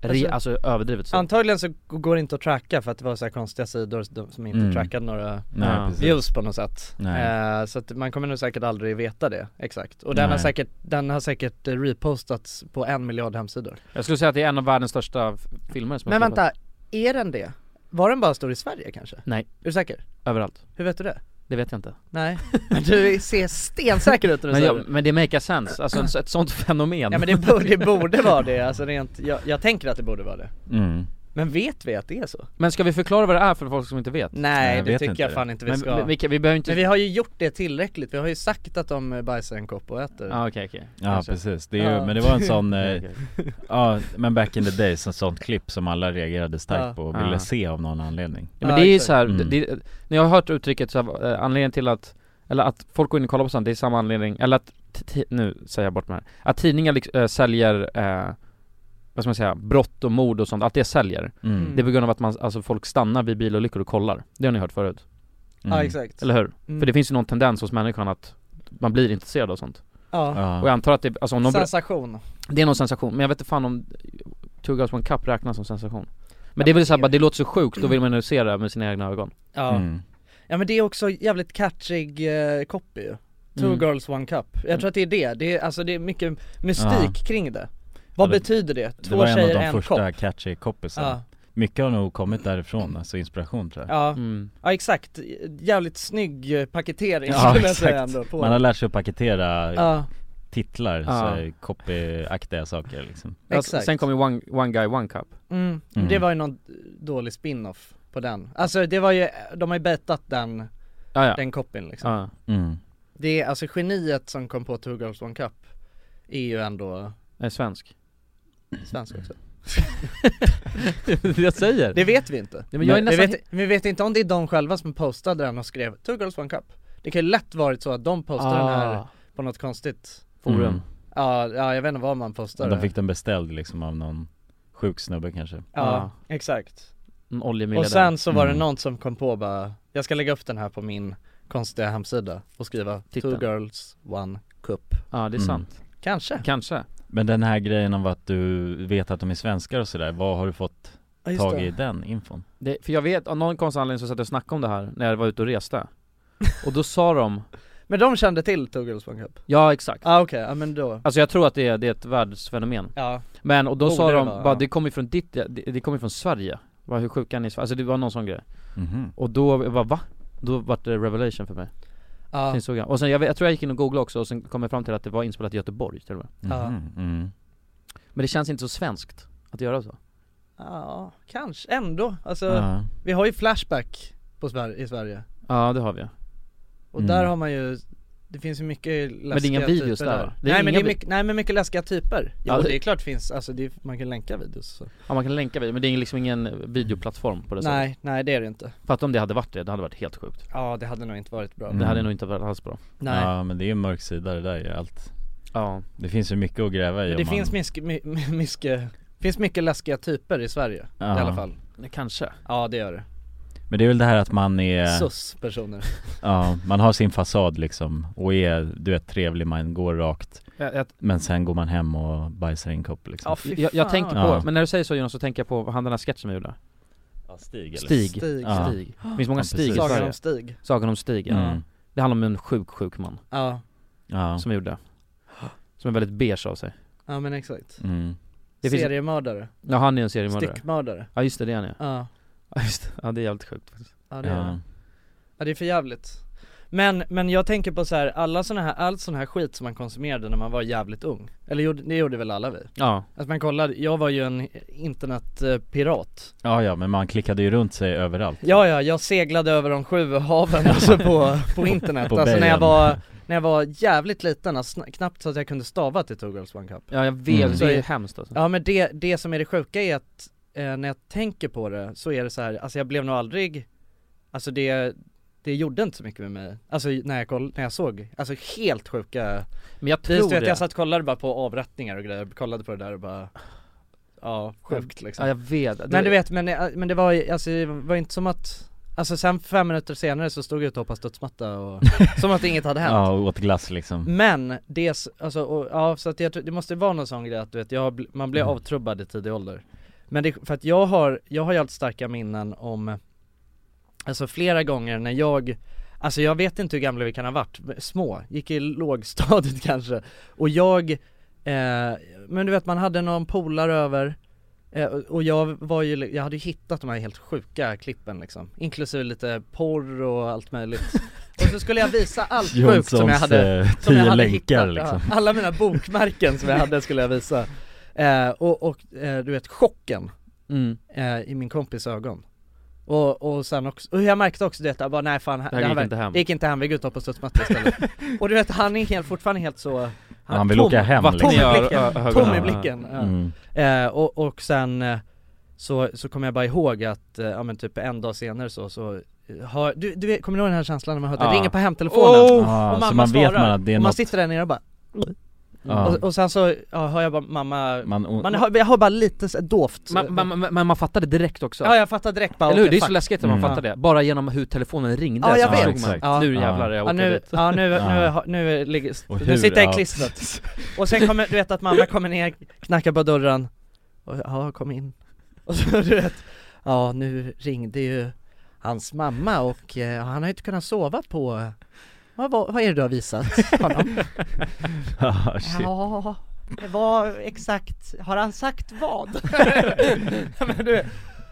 Speaker 1: Re, alltså överdrivet stor.
Speaker 2: Antagligen så g- går det inte att tracka för att det var så här konstiga sidor som som inte
Speaker 3: Mm.
Speaker 2: trackade några
Speaker 3: Nej,
Speaker 1: Ja.
Speaker 3: precis.
Speaker 2: views på något sätt.
Speaker 3: Nej.
Speaker 2: Eh, så att man kommer nog säkert aldrig veta det exakt. Och den har
Speaker 3: Nej.
Speaker 2: säkert, den har säkert eh, repostats på en miljard hemsidor.
Speaker 1: Jag skulle säga att det är en av världens största f- filmer som har
Speaker 2: Men
Speaker 1: skapats.
Speaker 2: vänta, är den det? Var den bara stor i Sverige kanske?
Speaker 1: Nej.
Speaker 2: Är du säker?
Speaker 1: Överallt.
Speaker 2: Hur vet du det?
Speaker 1: Det vet jag inte.
Speaker 2: Nej, men du ser stensäker ut när du
Speaker 1: Men,
Speaker 2: säger
Speaker 1: jag,
Speaker 2: det.
Speaker 1: men det makes sense, alltså ett- ett sånt fenomen.
Speaker 2: Ja men det borde, det borde vara det, alltså rent, jag, jag tänker att det borde vara det
Speaker 1: Mm.
Speaker 2: Men vet vi att det är så?
Speaker 1: Men ska vi förklara vad det är för folk som inte vet?
Speaker 2: Nej, det tycker jag fan inte vi
Speaker 1: Men
Speaker 2: ska
Speaker 1: vi, vi, vi behöver inte...
Speaker 2: Men vi har ju gjort det tillräckligt, vi har ju sagt att de bajsar en kopp och äter
Speaker 1: Ja, Ah, okej, okej.
Speaker 6: Ja
Speaker 1: Kanske.
Speaker 6: precis, det är ju,
Speaker 2: Ja.
Speaker 6: men det var en sån, eh, ja men back in the days, en sånt klipp som alla reagerade starkt
Speaker 2: Ja.
Speaker 6: på och ville
Speaker 1: Ja.
Speaker 6: se av någon anledning
Speaker 1: Ja, men
Speaker 2: Ja,
Speaker 1: det är ju
Speaker 2: exakt.
Speaker 1: så här,
Speaker 6: Mm.
Speaker 1: det, det- när jag har hört uttrycket så här, eh, anledningen till att, eller att folk går in och kollar på sånt, det är samma anledning, eller att, ti- ti- nu säger jag bort mig här, att tidningar liksom, eh, säljer, eh, vad ska man säga, brott och mord och sånt, allt det säljer,
Speaker 6: mm.
Speaker 2: Mm.
Speaker 1: det är på grund av att man, alltså folk stannar vid bilolyckor och kollar, det har ni hört förut,
Speaker 6: Mm.
Speaker 2: Ja exakt
Speaker 1: eller hur?
Speaker 2: Mm.
Speaker 1: För det finns ju någon tendens hos människan att man blir intresserad av sånt.
Speaker 2: Ja,
Speaker 1: Och jag
Speaker 6: Ja.
Speaker 1: antar att det, alltså om någon, ber-
Speaker 2: sensation
Speaker 1: det är någon sensation, men jag vet inte fan om Two Girls One Cup räknas som sensation. Men det är väl såhär bara, det låter så sjukt, då vill man ju se det med sina egna ögon.
Speaker 2: Ja,
Speaker 6: Mm.
Speaker 2: ja men det är också jävligt catchig eh, copy ju Two
Speaker 1: Mm.
Speaker 2: girls one cup, jag tror att det är det, det är, alltså det är mycket mystik kring det Vad
Speaker 6: Ja, det-
Speaker 2: betyder det? Två
Speaker 6: Det var en av
Speaker 2: tjejer,
Speaker 6: de
Speaker 2: en
Speaker 6: första
Speaker 2: kopp?
Speaker 6: catchy koppisarna
Speaker 2: Ja,
Speaker 6: Mycket har nog kommit därifrån, alltså inspiration tror jag
Speaker 2: ja,
Speaker 1: Mm.
Speaker 2: ja exakt, jävligt snygg eh, paketering
Speaker 6: Ja,
Speaker 2: skulle jag säga
Speaker 6: exakt.
Speaker 2: ändå på
Speaker 6: Man har lärt sig att paketera
Speaker 2: Ja,
Speaker 6: titlar, så
Speaker 1: Ja.
Speaker 6: här copy-aktiga saker liksom
Speaker 1: Ja,
Speaker 2: Exakt.
Speaker 1: Alltså, Sen kom ju one, one Guy One Cup
Speaker 2: Mm.
Speaker 6: Mm.
Speaker 2: Det var ju någon dålig spin-off på den. Alltså det var ju, de har ju betat den,
Speaker 1: Ja ja,
Speaker 2: den koppen liksom.
Speaker 1: ja.
Speaker 6: mm.
Speaker 2: Det är alltså geniet som kom på Two Girls One Cup är ju ändå
Speaker 1: är svensk
Speaker 2: svensk också.
Speaker 1: Det jag säger!
Speaker 2: Det vet vi inte.
Speaker 1: Nej, men jag är nästan-
Speaker 2: vi, vet, vi vet inte om det är de själva som postade den och skrev Two Girls One Cup. Det kan ju lätt varit så att de postade den
Speaker 1: Ah.
Speaker 2: här på något konstigt.
Speaker 1: Forum
Speaker 6: Mm.
Speaker 2: Ja, ja jag vet inte vad man postade.
Speaker 6: De fick den beställd liksom av någon sjuk snubbe kanske
Speaker 1: Ah.
Speaker 2: Ja, exakt.
Speaker 1: En
Speaker 2: Och
Speaker 1: oljemiljardär
Speaker 2: sen så var det
Speaker 6: Mm.
Speaker 2: någon som kom på bara, jag ska lägga upp den här på min konstiga hemsida och skriva
Speaker 1: Titta.
Speaker 2: Two Girls One Cup.
Speaker 1: Ja det är
Speaker 6: Mm.
Speaker 1: sant,
Speaker 2: Kanske.
Speaker 1: kanske
Speaker 6: Men den här grejen om att du vet att de är svenskar och sådär, vad har du fått tag i den infon?
Speaker 1: det, För jag vet, av någon konstig anledning så satt jag och snackade om det här när jag var ute och reste Och då sa de,
Speaker 2: Men de kände till Two Girls One Cup?
Speaker 1: ja exakt
Speaker 2: Ja ah, okej, ja men då
Speaker 1: Alltså jag tror att det är, det är ett världsfenomen
Speaker 2: Ja,
Speaker 1: Men, och då
Speaker 2: Borde
Speaker 1: sa
Speaker 2: det
Speaker 1: de
Speaker 2: vara,
Speaker 1: bara,
Speaker 2: ja.
Speaker 1: det kommer ju från ditt, det, det kommer ju från Sverige bara, Hur sjuka är ni i Sverige? Alltså det var någon sån grej
Speaker 6: Mhm.
Speaker 1: Och då, jag bara va? Då vart det revelation för mig
Speaker 2: ja,
Speaker 1: Sen såg jag. Och sen, jag, vet- jag tror jag gick in och googlade också och sen kom jag fram till att det var inspelat i Göteborg till och med
Speaker 2: Ja.
Speaker 6: Mhm. Mm.
Speaker 1: Men det känns inte så svenskt att göra så
Speaker 2: ja kanske ändå, alltså
Speaker 6: Ja.
Speaker 2: vi har ju Flashback på Sver- i Sverige
Speaker 1: Ja det har vi
Speaker 2: och
Speaker 6: Mm.
Speaker 2: där har man ju det finns ju mycket läskiga
Speaker 1: det är inga videos
Speaker 2: typer
Speaker 1: där, va? Det är
Speaker 2: nej, men
Speaker 1: inga
Speaker 2: det är
Speaker 1: vi-
Speaker 2: mycket, nej men mycket läskiga typer Jo
Speaker 1: Ja, det-
Speaker 2: det är klart finns, alltså det är, man kan länka videos och så.
Speaker 1: Ja man kan länka vid, men det är liksom ingen videoplattform på det sättet
Speaker 2: Nej, nej det är det inte
Speaker 1: Fatta om det hade varit det, det hade varit helt sjukt
Speaker 2: Ja det hade nog inte varit bra
Speaker 6: Mm.
Speaker 1: Det hade nog inte varit alls bra
Speaker 2: Nej
Speaker 6: ja men det är en mörk sida det där ju allt
Speaker 1: Ja,
Speaker 6: Det finns ju mycket att gräva i
Speaker 2: Men
Speaker 6: om
Speaker 2: det
Speaker 6: man...
Speaker 2: finns mycket, my, my, mycket, finns mycket läskiga typer i Sverige
Speaker 6: Ja.
Speaker 2: i alla fall
Speaker 1: kanske
Speaker 2: Ja det gör det,
Speaker 6: Men det är väl det här att man är,
Speaker 2: sus personer
Speaker 6: ja, man har sin fasad liksom och är, du vet trevlig, man går rakt
Speaker 1: Jag, jag,
Speaker 6: Men sen går man hem och bajsar i en kopp liksom
Speaker 2: Ja fy
Speaker 1: jag, jag
Speaker 2: fan.
Speaker 1: tänkte på,
Speaker 6: Ja.
Speaker 1: men när du säger så Jonas så tänker jag på han den här sketchen vi gjorde
Speaker 6: Stig
Speaker 1: Stig, Stig,
Speaker 2: Stig,
Speaker 6: Ja.
Speaker 1: Det finns många
Speaker 6: Ja,
Speaker 1: Stig i
Speaker 6: precis.
Speaker 2: Sagan
Speaker 1: Sverige
Speaker 2: om Stig
Speaker 1: Sagan om Stig, ja.
Speaker 6: Mm.
Speaker 1: Det handlar om en sjuk, sjuk man
Speaker 2: Ja,
Speaker 6: Ja,
Speaker 1: som gjorde Som är väldigt beige av sig
Speaker 2: ja men exakt
Speaker 6: mm.
Speaker 1: Det finns-
Speaker 2: Seriemördare,
Speaker 1: Ja han är en seriemördare
Speaker 2: styckmördare
Speaker 1: Ja just det, det är han ja
Speaker 2: Ja,
Speaker 1: Ja just det, ja det är jävligt sjukt faktiskt
Speaker 2: ja det, är
Speaker 6: ja.
Speaker 2: det. ja det är för jävligt men, men jag tänker på så här, alla såna här, all sån här skit som man konsumerade när man var jävligt ung Eller gjorde, det gjorde väl alla vi?
Speaker 1: Ja,
Speaker 2: Alltså man kollade, jag var ju en eh, internetpirat
Speaker 6: ja, ja, men man klickade ju runt sig överallt
Speaker 2: Ja, ja, jag seglade över de sju haven alltså på, på internet,
Speaker 6: På
Speaker 2: alltså när
Speaker 6: bergen.
Speaker 2: jag var, när jag var jävligt liten, alltså, sna- knappt så att jag kunde stava till Two Girls One Cup
Speaker 1: ja jag vet,
Speaker 6: Mm.
Speaker 1: det är ju hemskt alltså.
Speaker 2: Ja men det, det som är det sjuka är att eh, när jag tänker på det så är det så här, alltså jag blev nog aldrig, alltså det, det gjorde inte så mycket med mig, alltså när jag, koll, när jag såg, alltså helt sjuka
Speaker 1: Men jag
Speaker 2: Tror
Speaker 1: tror
Speaker 2: vet,
Speaker 1: det
Speaker 2: jag satt och kollade bara på avrättningar och grejer, kollade på det där och bara, ja sjukt liksom
Speaker 1: Ja jag vet, Det-
Speaker 2: Nej du vet, men, eh, men det var ju- alltså, det var inte som att Alltså sen fem minuter senare så stod jag ute och hoppade studsmatta och som att inget hade hänt
Speaker 6: Ja, och åt glass
Speaker 2: Mm.
Speaker 6: liksom
Speaker 2: Men det, s- alltså och, ja så att jag, tror- det måste vara någon sån grej att du vet, jag, har bl- man blir
Speaker 6: Mm.
Speaker 2: avtrubbad i tidig ålder Men det, för att jag har, jag har ju allt starka minnen om Alltså flera gånger när jag Alltså jag vet inte hur gamla vi kan ha varit, men små, gick i lågstadiet kanske Och jag, eh, men du vet man hade någon polare över eh, och- och jag var ju, li- jag hade ju hittat de här helt sjuka klippen liksom, inklusive lite porr och allt möjligt Och så skulle jag visa allt sjukt
Speaker 3: Jonssons
Speaker 2: som jag hade,
Speaker 3: eh,
Speaker 2: som jag
Speaker 3: tio
Speaker 2: hade
Speaker 3: länkar
Speaker 2: hittat.
Speaker 3: liksom.
Speaker 2: Ja, alla mina bokmärken som jag hade skulle jag visa. Eh, och och eh, du vet chocken
Speaker 1: Mm.
Speaker 2: eh, i min kompis ögon. Och, och sen också, och jag märkte också det, jag bara nej fan,
Speaker 1: Det här gick inte hem.
Speaker 2: det gick inte hem, vi gick ut och på studsmatta istället. och du vet han är helt, fortfarande helt så, han,
Speaker 3: Han vill
Speaker 2: tom,
Speaker 3: åka hem liksom.
Speaker 1: vatten
Speaker 2: tom i
Speaker 6: liksom.
Speaker 1: i ö- ö-
Speaker 2: blicken, tom i
Speaker 1: ögonen.
Speaker 2: blicken. Ja.
Speaker 3: Mm.
Speaker 2: Eh, och, och sen eh, så, så kommer jag bara ihåg att, eh, ja men typ en dag senare så, så har, du, du vet, kommer du ihåg den här känslan när man hör att det
Speaker 1: Ja.
Speaker 2: ringer på hemtelefonen?
Speaker 3: Ah,
Speaker 2: och mamma
Speaker 3: så man
Speaker 2: svarar,
Speaker 3: vet man att det är
Speaker 2: och man
Speaker 3: något,
Speaker 2: sitter där nere och bara
Speaker 3: Ja. Mm.
Speaker 2: och, och sen så ja, hör jag bara mamma,
Speaker 3: man,
Speaker 2: man hör, jag hör bara lite så, här dovt
Speaker 1: Man, man, man, man, man fattade direkt också
Speaker 2: Ja jag fattar direkt bara
Speaker 1: Eller hur?
Speaker 2: okej,
Speaker 1: Det är så
Speaker 2: fuck.
Speaker 1: läskigt att man
Speaker 3: Mm.
Speaker 1: fattar det, bara genom hur telefonen ringde
Speaker 2: Ja,
Speaker 1: så
Speaker 2: jag
Speaker 1: förstod
Speaker 3: vet.
Speaker 1: man.
Speaker 2: Ja.
Speaker 1: Nu jävlar jag
Speaker 2: Ja
Speaker 1: åker
Speaker 2: nu,
Speaker 1: dit
Speaker 2: ja, nu, nu,
Speaker 3: Ja.
Speaker 2: nu, nu, ligger,
Speaker 3: Och
Speaker 2: nu
Speaker 3: hur,
Speaker 2: sitter jag i
Speaker 3: ja.
Speaker 2: klistret Och sen kommer, du vet att mamma kommer ner, knackar på dörren och ja, kom in Och så du vet, ja nu ringde ju hans mamma och eh, han har ju inte kunnat sova på vad, var- vad är det du har visat honom?
Speaker 3: Ah, shit.
Speaker 2: Ja, det var exakt, har han sagt vad? men du,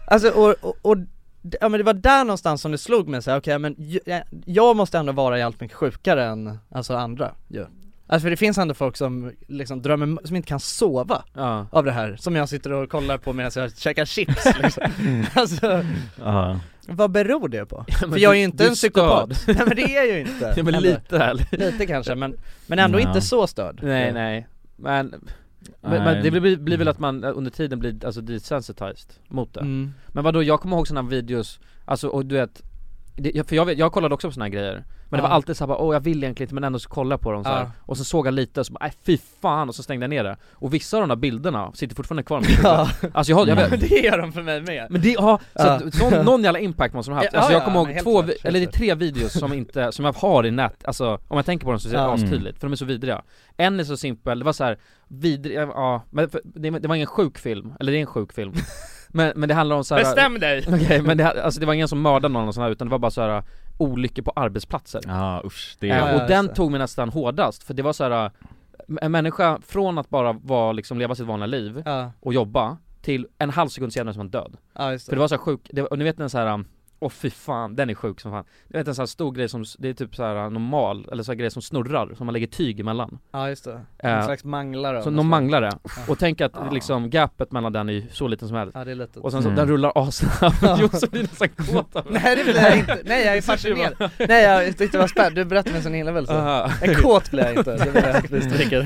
Speaker 2: alltså och, och, och d- ja, men det var där någonstans som det slog mig så här, okej men ju- ja, jag måste ändå vara jävligt mycket sjukare än alltså andra ju. Alltså för det finns ändå folk som liksom drömmer, som inte kan sova
Speaker 1: ja.
Speaker 2: av det här, som jag sitter och kollar på medan jag käkar chips liksom. Alltså,
Speaker 3: Ja.
Speaker 2: vad beror det på?
Speaker 1: men
Speaker 2: För jag är ju
Speaker 1: du-
Speaker 2: inte
Speaker 1: du är
Speaker 2: en psykopat, nej men det är jag ju inte
Speaker 1: Ja, men
Speaker 2: Eller,
Speaker 1: lite eller?
Speaker 2: lite kanske men, men ändå
Speaker 3: Nej.
Speaker 2: inte så störd
Speaker 1: Nej nej, men, men, men det blir, blir väl att man eh, under tiden blir alltså desensitized mot det
Speaker 2: Mm.
Speaker 1: Men vadå, jag kommer ihåg sådana videos, alltså och du vet det, jag- För jag, vet, jag kollade också på såna här grejer Men det var
Speaker 2: Ja.
Speaker 1: alltid såhär bara, åh jag vill egentligen inte men ändå så kolla jag på dem så här.
Speaker 2: Ja.
Speaker 1: Och så såg jag lite och så bara, nej fy fan och så stängde jag ner det Och vissa av de där bilderna sitter fortfarande kvar i mitt huvud
Speaker 2: Ja,
Speaker 1: Alltså jag, har- jag vet,
Speaker 2: det gör de för mig med
Speaker 1: Men det, ja, så
Speaker 2: Ja.
Speaker 1: att, någon, någon jävla impact måste de ha haft.
Speaker 2: Ja,
Speaker 1: Alltså jag
Speaker 2: ja,
Speaker 1: kommer
Speaker 2: men
Speaker 1: ihåg
Speaker 2: helt
Speaker 1: två,
Speaker 2: klart,
Speaker 1: vi-
Speaker 2: helt
Speaker 1: eller det är
Speaker 2: klart.
Speaker 1: tre videos som inte, som jag har i nät, alltså om jag tänker på dem så ser
Speaker 2: Ja. Mm.
Speaker 1: det astydligt, för de är så vidriga En är så simpel, det var så här vidrig, ja, men för, det, det var ingen sjuk film, eller det är en sjuk film Men, men det handlar om så här.
Speaker 2: dig!
Speaker 1: Okej, men det, alltså det var ingen som mördade någon eller sån här, utan det var bara så här uh, olyckor på arbetsplatser
Speaker 3: Ja, usch, det
Speaker 1: Eh,
Speaker 3: är...
Speaker 2: Ja,
Speaker 1: och
Speaker 2: just
Speaker 1: den
Speaker 2: det.
Speaker 1: tog mig nästan hårdast, för det var så här. eh, En människa från att bara vara, liksom, leva sitt vanliga liv
Speaker 2: Ja,
Speaker 1: och jobba, till en halv sekund senare som man död
Speaker 2: ja just
Speaker 1: för det var så här sjuk, det var, och ni vet den så här um, Åh fy fan, den är sjuk som fan. Du vet en sån här stor grej som, s- det är typ så här uh, normal, eller så här grej som snurrar, som man lägger tyg emellan.
Speaker 2: Ja just det, en
Speaker 1: Eh,
Speaker 2: slags manglare av
Speaker 1: så
Speaker 2: något
Speaker 1: någon
Speaker 2: slag.
Speaker 1: manglar det.
Speaker 2: Ja.
Speaker 1: Och tänk att
Speaker 2: Ah.
Speaker 1: liksom gapet mellan den är ju så liten som helst.
Speaker 2: Ja det är litet
Speaker 1: Och sen så,
Speaker 3: Mm.
Speaker 1: den rullar assnabbt,
Speaker 2: Ja.
Speaker 1: Josef blir nästan kåt av det.
Speaker 2: Nej det blir jag inte, nej jag är fascinerad Nej jag tyckte det var spännande, du berättade med sån himla väl så
Speaker 1: Aha.
Speaker 2: En kåt blir jag inte, det vill jag att vi stryker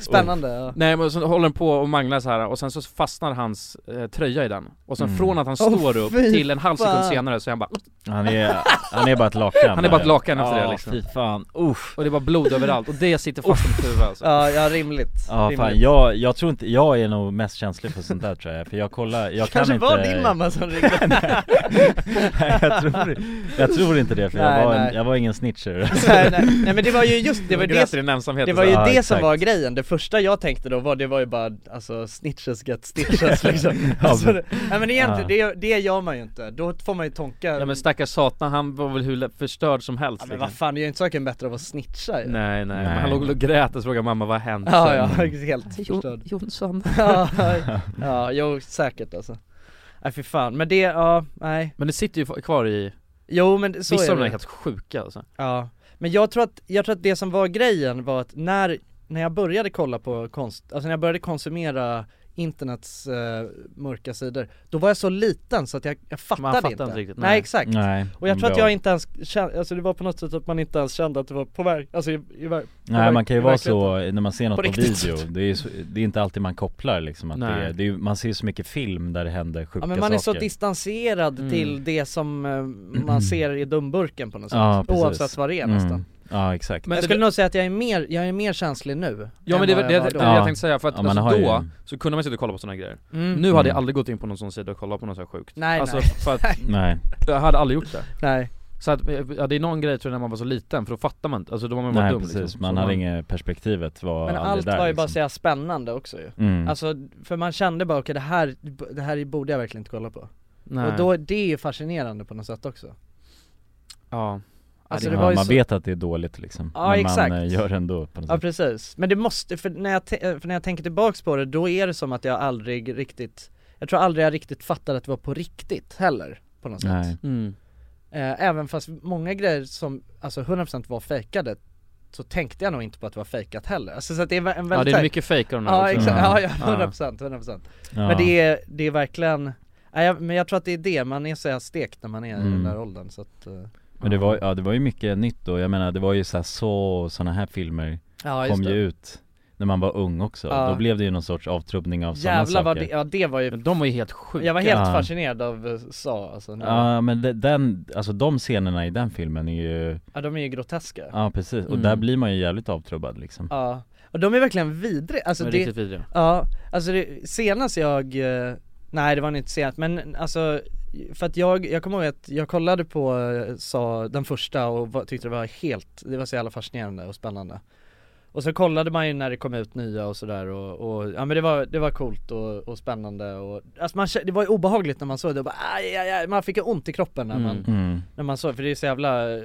Speaker 2: Spännande ja
Speaker 1: Nej men så håller den på och manglar så här och sen så fastnar hans eh, tröja i den. Och sen
Speaker 3: Mm.
Speaker 1: från att han
Speaker 2: Åh,
Speaker 1: står upp
Speaker 2: fy
Speaker 1: till en halv sekund
Speaker 2: fan.
Speaker 1: senare så är han bara
Speaker 3: Han, är, han är bara ett lakan
Speaker 1: Han är bara ett lakan efter
Speaker 3: Ja,
Speaker 1: det, liksom.
Speaker 3: fy fan, usch
Speaker 1: Och det är bara blod överallt och det sitter fast i mitt huvud alltså.
Speaker 2: Ja, ja rimligt,
Speaker 3: Ja
Speaker 2: rimligt.
Speaker 3: fan, jag, jag tror inte, jag är nog mest känslig för sånt där tror jag, för jag kollar, jag
Speaker 2: Kanske
Speaker 3: kan
Speaker 2: var
Speaker 3: inte
Speaker 2: din mamma som ringde
Speaker 3: Nej, jag, tror, jag tror inte det för
Speaker 2: Nej,
Speaker 3: jag, var en,
Speaker 2: nej.
Speaker 3: jag var ingen snitcher
Speaker 2: nej, nej. nej men det var ju just, det var ju det
Speaker 1: i din ensamhet
Speaker 2: Det
Speaker 1: och
Speaker 2: var
Speaker 1: så.
Speaker 2: ju
Speaker 3: Ja,
Speaker 2: det som
Speaker 3: exakt.
Speaker 2: var grejen, det första jag tänkte då var, det var ju bara alltså snitches get stitches liksom
Speaker 3: Ja,
Speaker 2: alltså,
Speaker 3: men-
Speaker 2: det, Nej men egentligen, det, det gör man ju inte, då får man ju tonka
Speaker 1: Ja men stackars Satan, han var väl hur lä- förstörd som helst
Speaker 2: Ja, men
Speaker 1: liksom.
Speaker 2: vad fan, det gör ju inte saken bättre av att snitcha ju
Speaker 1: Nej nej,
Speaker 3: Nej.
Speaker 1: han låg och grät och så frågade mamma vad har hänt?
Speaker 2: Ja ja, helt förstörd
Speaker 1: Jonsson
Speaker 2: Ja, ja, jo säkert alltså Nej för fan, men det, ja, nej
Speaker 1: Men det sitter ju kvar i,
Speaker 2: Jo men så
Speaker 1: vissa
Speaker 2: är
Speaker 1: av dem är
Speaker 2: det
Speaker 1: helt sjuka alltså.
Speaker 2: Ja, men jag tror att, jag tror att det som var grejen var att när, när jag började kolla på konst, alltså när jag började konsumera internets eh, mörka sidor, då var jag så liten så att jag, jag fattade,
Speaker 1: fattar
Speaker 2: inte.
Speaker 1: inte riktigt,
Speaker 2: nej.
Speaker 1: nej.
Speaker 2: exakt.
Speaker 3: Nej,
Speaker 2: Och jag tror att
Speaker 3: bra.
Speaker 2: jag inte ens kände, alltså det var på något sätt att man inte ens kände att det var på väg, alltså i, i, väg-
Speaker 3: Nej man kan ju
Speaker 2: i
Speaker 3: vara
Speaker 2: verkligheten.
Speaker 3: så när man ser något
Speaker 2: På
Speaker 3: på,
Speaker 2: riktigt.
Speaker 3: video, det är, ju så, det är inte alltid man kopplar liksom att det
Speaker 1: Nej.
Speaker 3: är, det är, ju- man ser ju så mycket film där det händer sjuka
Speaker 2: Ja men man är så
Speaker 3: saker Mm.
Speaker 2: distanserad
Speaker 1: Mm.
Speaker 2: till det som eh, man ser i dumburken på något sätt,
Speaker 3: Ja, precis.
Speaker 2: oavsett vad det är
Speaker 3: Mm.
Speaker 2: nästan
Speaker 3: Ja exakt
Speaker 1: Men
Speaker 2: Jag
Speaker 1: det-
Speaker 2: skulle nog säga att jag är mer, jag är mer känslig nu
Speaker 1: Ja men det,
Speaker 2: än
Speaker 1: var
Speaker 2: vad
Speaker 1: det, det,
Speaker 2: jag
Speaker 1: det,
Speaker 2: var då.
Speaker 1: jag
Speaker 3: Ja.
Speaker 1: tänkte säga, för att
Speaker 3: Ja, man
Speaker 1: alltså,
Speaker 3: har
Speaker 1: då
Speaker 3: ju-
Speaker 1: så kunde man sitta och kolla på sådana grejer
Speaker 2: Mm.
Speaker 1: Nu hade jag
Speaker 3: Mm.
Speaker 1: aldrig gått in på någon sån sida och kollat på något så här sjukt
Speaker 2: Nej,
Speaker 1: Alltså
Speaker 2: nej.
Speaker 1: för att,
Speaker 3: Nej,
Speaker 1: jag hade aldrig gjort det
Speaker 2: Nej
Speaker 1: Så att, eh, ja, det är någon grej tror jag när man var så liten, för då fattar man inte, alltså då var man bara
Speaker 3: nej
Speaker 1: dum
Speaker 3: precis,
Speaker 1: liksom.
Speaker 3: man
Speaker 1: Så
Speaker 3: hade inget perspektivet var
Speaker 2: Men
Speaker 3: aldrig
Speaker 2: allt
Speaker 3: där,
Speaker 2: var ju
Speaker 3: liksom.
Speaker 2: bara så jävla spännande också ju
Speaker 3: mm.
Speaker 2: Alltså, för man kände bara okej det här, det här borde jag verkligen inte kolla på
Speaker 1: nej.
Speaker 2: Och då, det är ju fascinerande på något sätt också
Speaker 1: ja.
Speaker 2: Alltså
Speaker 1: Ja,
Speaker 2: det
Speaker 3: ja,
Speaker 2: var ju
Speaker 3: man
Speaker 2: så,
Speaker 3: vet att det är dåligt liksom,
Speaker 2: Ja,
Speaker 3: men
Speaker 2: exakt.
Speaker 3: man eh, gör det ändå på något
Speaker 2: ja
Speaker 3: sätt
Speaker 2: precis, men det måste, för när, jag te- för när jag tänker tillbaks på det då är det som att jag aldrig riktigt Jag tror aldrig jag riktigt fattade att det var på riktigt heller, på något sätt
Speaker 3: Nej,
Speaker 1: Mm.
Speaker 2: Eh, Även fast många grejer som, alltså 100% var fejkade Så tänkte jag nog inte på att det var fejkat heller, alltså, så att det är en väldigt
Speaker 1: Ja det
Speaker 2: så
Speaker 1: är
Speaker 2: här-
Speaker 1: mycket fejkar de här
Speaker 2: Ja
Speaker 1: också.
Speaker 2: exakt, ja, ja
Speaker 1: Ja.
Speaker 2: 100%, 100%
Speaker 3: Ja.
Speaker 2: Men det är, det är verkligen Nej, jag- men jag tror att det är det, man är så här stekt när man är i den
Speaker 3: Mm.
Speaker 2: där åldern så att eh,
Speaker 3: Men det var, ja, det var ju mycket nytt då, jag menar det var ju så här, så, såna här filmer
Speaker 2: Ja
Speaker 3: kom
Speaker 2: just
Speaker 3: ju
Speaker 2: det
Speaker 3: ut när man var ung också,
Speaker 2: Ja.
Speaker 3: då blev det ju någon sorts avtrubbning av sådana
Speaker 2: Jävlar
Speaker 3: saker
Speaker 2: vad det, ja det var ju
Speaker 1: Men de var ju helt sjuka.
Speaker 2: Jag var helt
Speaker 3: Ja.
Speaker 2: fascinerad av eh, Sa alltså, när-
Speaker 3: Ja men de- den, alltså de scenerna i den filmen är ju,
Speaker 2: ja de är ju groteska
Speaker 3: ja precis, och
Speaker 1: Mm.
Speaker 3: där blir man ju jävligt avtrubbad liksom
Speaker 2: Ja, och de är verkligen vidriga, alltså
Speaker 1: De är
Speaker 2: det,
Speaker 1: riktigt vidriga.
Speaker 2: ja, alltså det, senast jag, eh, nej det var nog inte senast, men alltså för att jag, jag kommer ihåg att jag kollade på, eh, sa den första och var, tyckte det var helt, det var så jävla fascinerande och spännande Och så kollade man ju när det kom ut nya och sådär och, och, ja men det var, det var coolt och, och spännande och, alltså man, kä- det var ju obehagligt när man såg det och bara, aj, aj, aj, man fick ju ont i kroppen när man
Speaker 1: Mm.
Speaker 3: mm.
Speaker 2: när man såg, för det är så jävla, eh,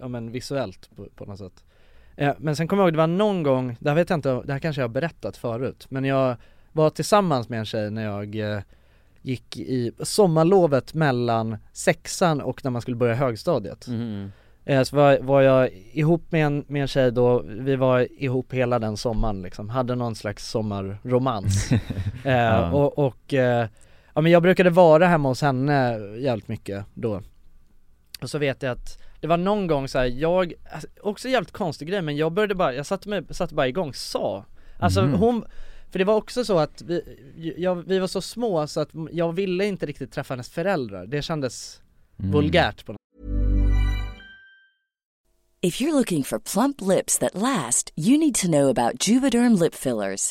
Speaker 2: ja men visuellt på, på något sätt eh, Men sen kommer jag ihåg, det var någon gång, det här vet jag inte, det här kanske jag har berättat förut Men jag var tillsammans med en tjej när jag eh, gick i sommarlovet mellan sexan och när man skulle börja högstadiet
Speaker 1: Mm, mm.
Speaker 2: eh, Så var, var jag ihop med en, med en tjej då, vi var ihop hela den sommaren liksom, hade någon slags sommarromans eh,
Speaker 3: Ja.
Speaker 2: Och, och eh, ja men jag brukade vara hemma hos henne jävligt mycket då och så vet jag att det var någon gång så här, jag, alltså, också jävligt konstig grej men jag började bara, jag satte, mig, satte bara igång sa Alltså
Speaker 3: Mhm.
Speaker 2: hon, för det var också så att vi, jag, vi var så små så att jag ville inte riktigt träffa hennes föräldrar, det kändes
Speaker 3: Mm.
Speaker 2: vulgärt på något
Speaker 7: If you're looking for plump lips that last, you need to know about Juvederm lip fillers.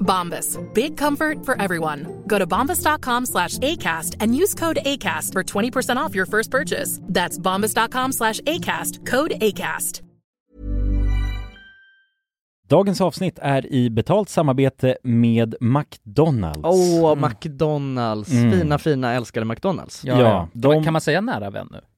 Speaker 8: Bombas. Big comfort for everyone. Go to bombas.com slash ACAST and use code ACAST for 20% off your first purchase. That's bombas.com slash ACAST. Code ACAST.
Speaker 3: Dagens avsnitt är i betalt samarbete med McDonalds
Speaker 2: Åh, Mm. McDonalds,
Speaker 3: Mm.
Speaker 2: fina fina älskade McDonalds
Speaker 3: Ja, Ja, de-
Speaker 2: Kan man säga nära vän nu?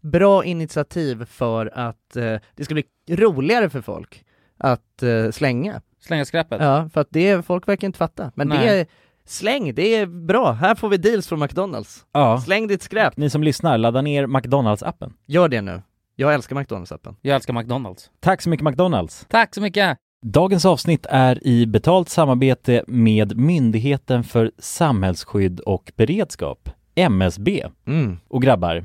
Speaker 2: bra initiativ för att eh, det ska bli roligare för folk att eh, slänga.
Speaker 5: Slänga skräpet?
Speaker 2: Ja, för att det, folk verkar inte fatta. Men det
Speaker 5: Nej.
Speaker 2: är, släng, det är bra. Här får vi deals från McDonalds.
Speaker 3: Ja.
Speaker 2: Släng ditt skräp.
Speaker 3: Ni som lyssnar, ladda ner McDonalds-appen.
Speaker 2: Gör det nu. Jag älskar McDonalds-appen.
Speaker 5: Jag älskar McDonalds.
Speaker 3: Tack så mycket McDonalds!
Speaker 5: Tack så mycket!
Speaker 3: Dagens avsnitt är i betalt samarbete med Myndigheten för samhällsskydd och beredskap, MSB.
Speaker 2: Mm.
Speaker 3: Och grabbar,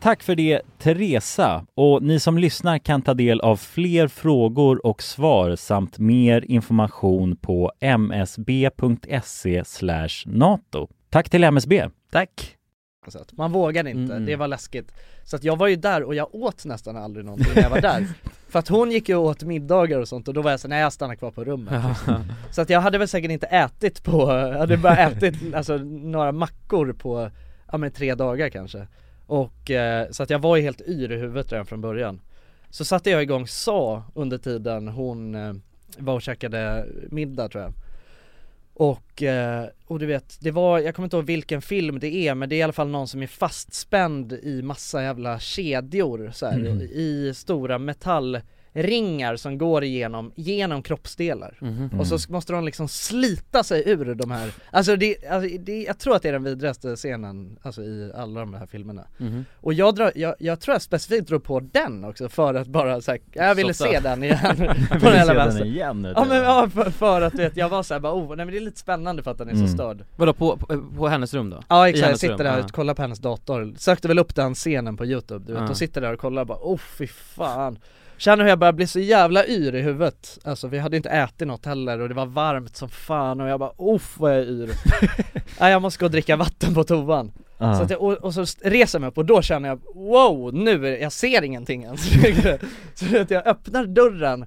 Speaker 3: Tack för det Teresa och ni som lyssnar kan ta del av fler frågor och svar samt mer information på msb.se E nato. Tack till MSB!
Speaker 2: Tack! Så att man vågade inte, det var läskigt. Så att jag var ju där och jag åt nästan aldrig någonting när jag var där. För att hon gick ju och åt middagar och sånt och då var jag så nej jag stannar kvar på rummet. så att jag hade väl säkert inte ätit på, jag hade bara ätit alltså, några mackor på, ja men tre dagar kanske. Och eh, så att jag var ju helt yr i huvudet redan från början. Så satte jag igång SA under tiden hon eh, var och käkade middag tror jag. Och, eh, och du vet, det var, jag kommer inte ihåg vilken film det är men det är i alla fall någon som är fastspänd i massa jävla kedjor så här,
Speaker 9: Mhm.
Speaker 5: Mm.
Speaker 2: i stora metallringar som går igenom, genom kroppsdelar.
Speaker 5: Mhm.
Speaker 2: Och så sk- måste de liksom slita sig ur de här, alltså, det, alltså det, jag tror att det är den vidrigaste scenen alltså, i alla de här filmerna.
Speaker 9: Mhm.
Speaker 2: Och jag, drar, jag, jag tror jag specifikt drog på den också för att bara så här, jag ville
Speaker 9: Softa.
Speaker 2: se den igen.
Speaker 9: Jag
Speaker 2: På
Speaker 9: ville
Speaker 2: den jävla
Speaker 9: se den
Speaker 2: vänster.
Speaker 9: igen nu,
Speaker 2: Ja
Speaker 9: tror
Speaker 2: men
Speaker 9: jag.
Speaker 2: ja, för, för att du vet, jag var såhär bara oh, nej men det är lite spännande för att den är så störd.
Speaker 9: Vadå, på, på, på hennes rum då?
Speaker 2: Ja
Speaker 9: Mm. I
Speaker 2: exakt, jag
Speaker 9: hennes
Speaker 2: sitter
Speaker 9: rum,
Speaker 2: där
Speaker 9: ja.
Speaker 2: och kollar på hennes dator, sökte väl upp den scenen på youtube du vet,
Speaker 9: Ja.
Speaker 2: och sitter där och kollar och bara oh fy fan Känner hur jag börjar bli så jävla yr i huvudet, alltså vi hade inte ätit något heller och det var varmt som fan och jag bara oh vad jag är yr Nej jag måste gå och dricka vatten på toan
Speaker 3: Ja.
Speaker 2: så att jag, och, och så reser jag mig upp och då känner jag wow nu, är, jag ser ingenting ens Så att jag öppnar dörren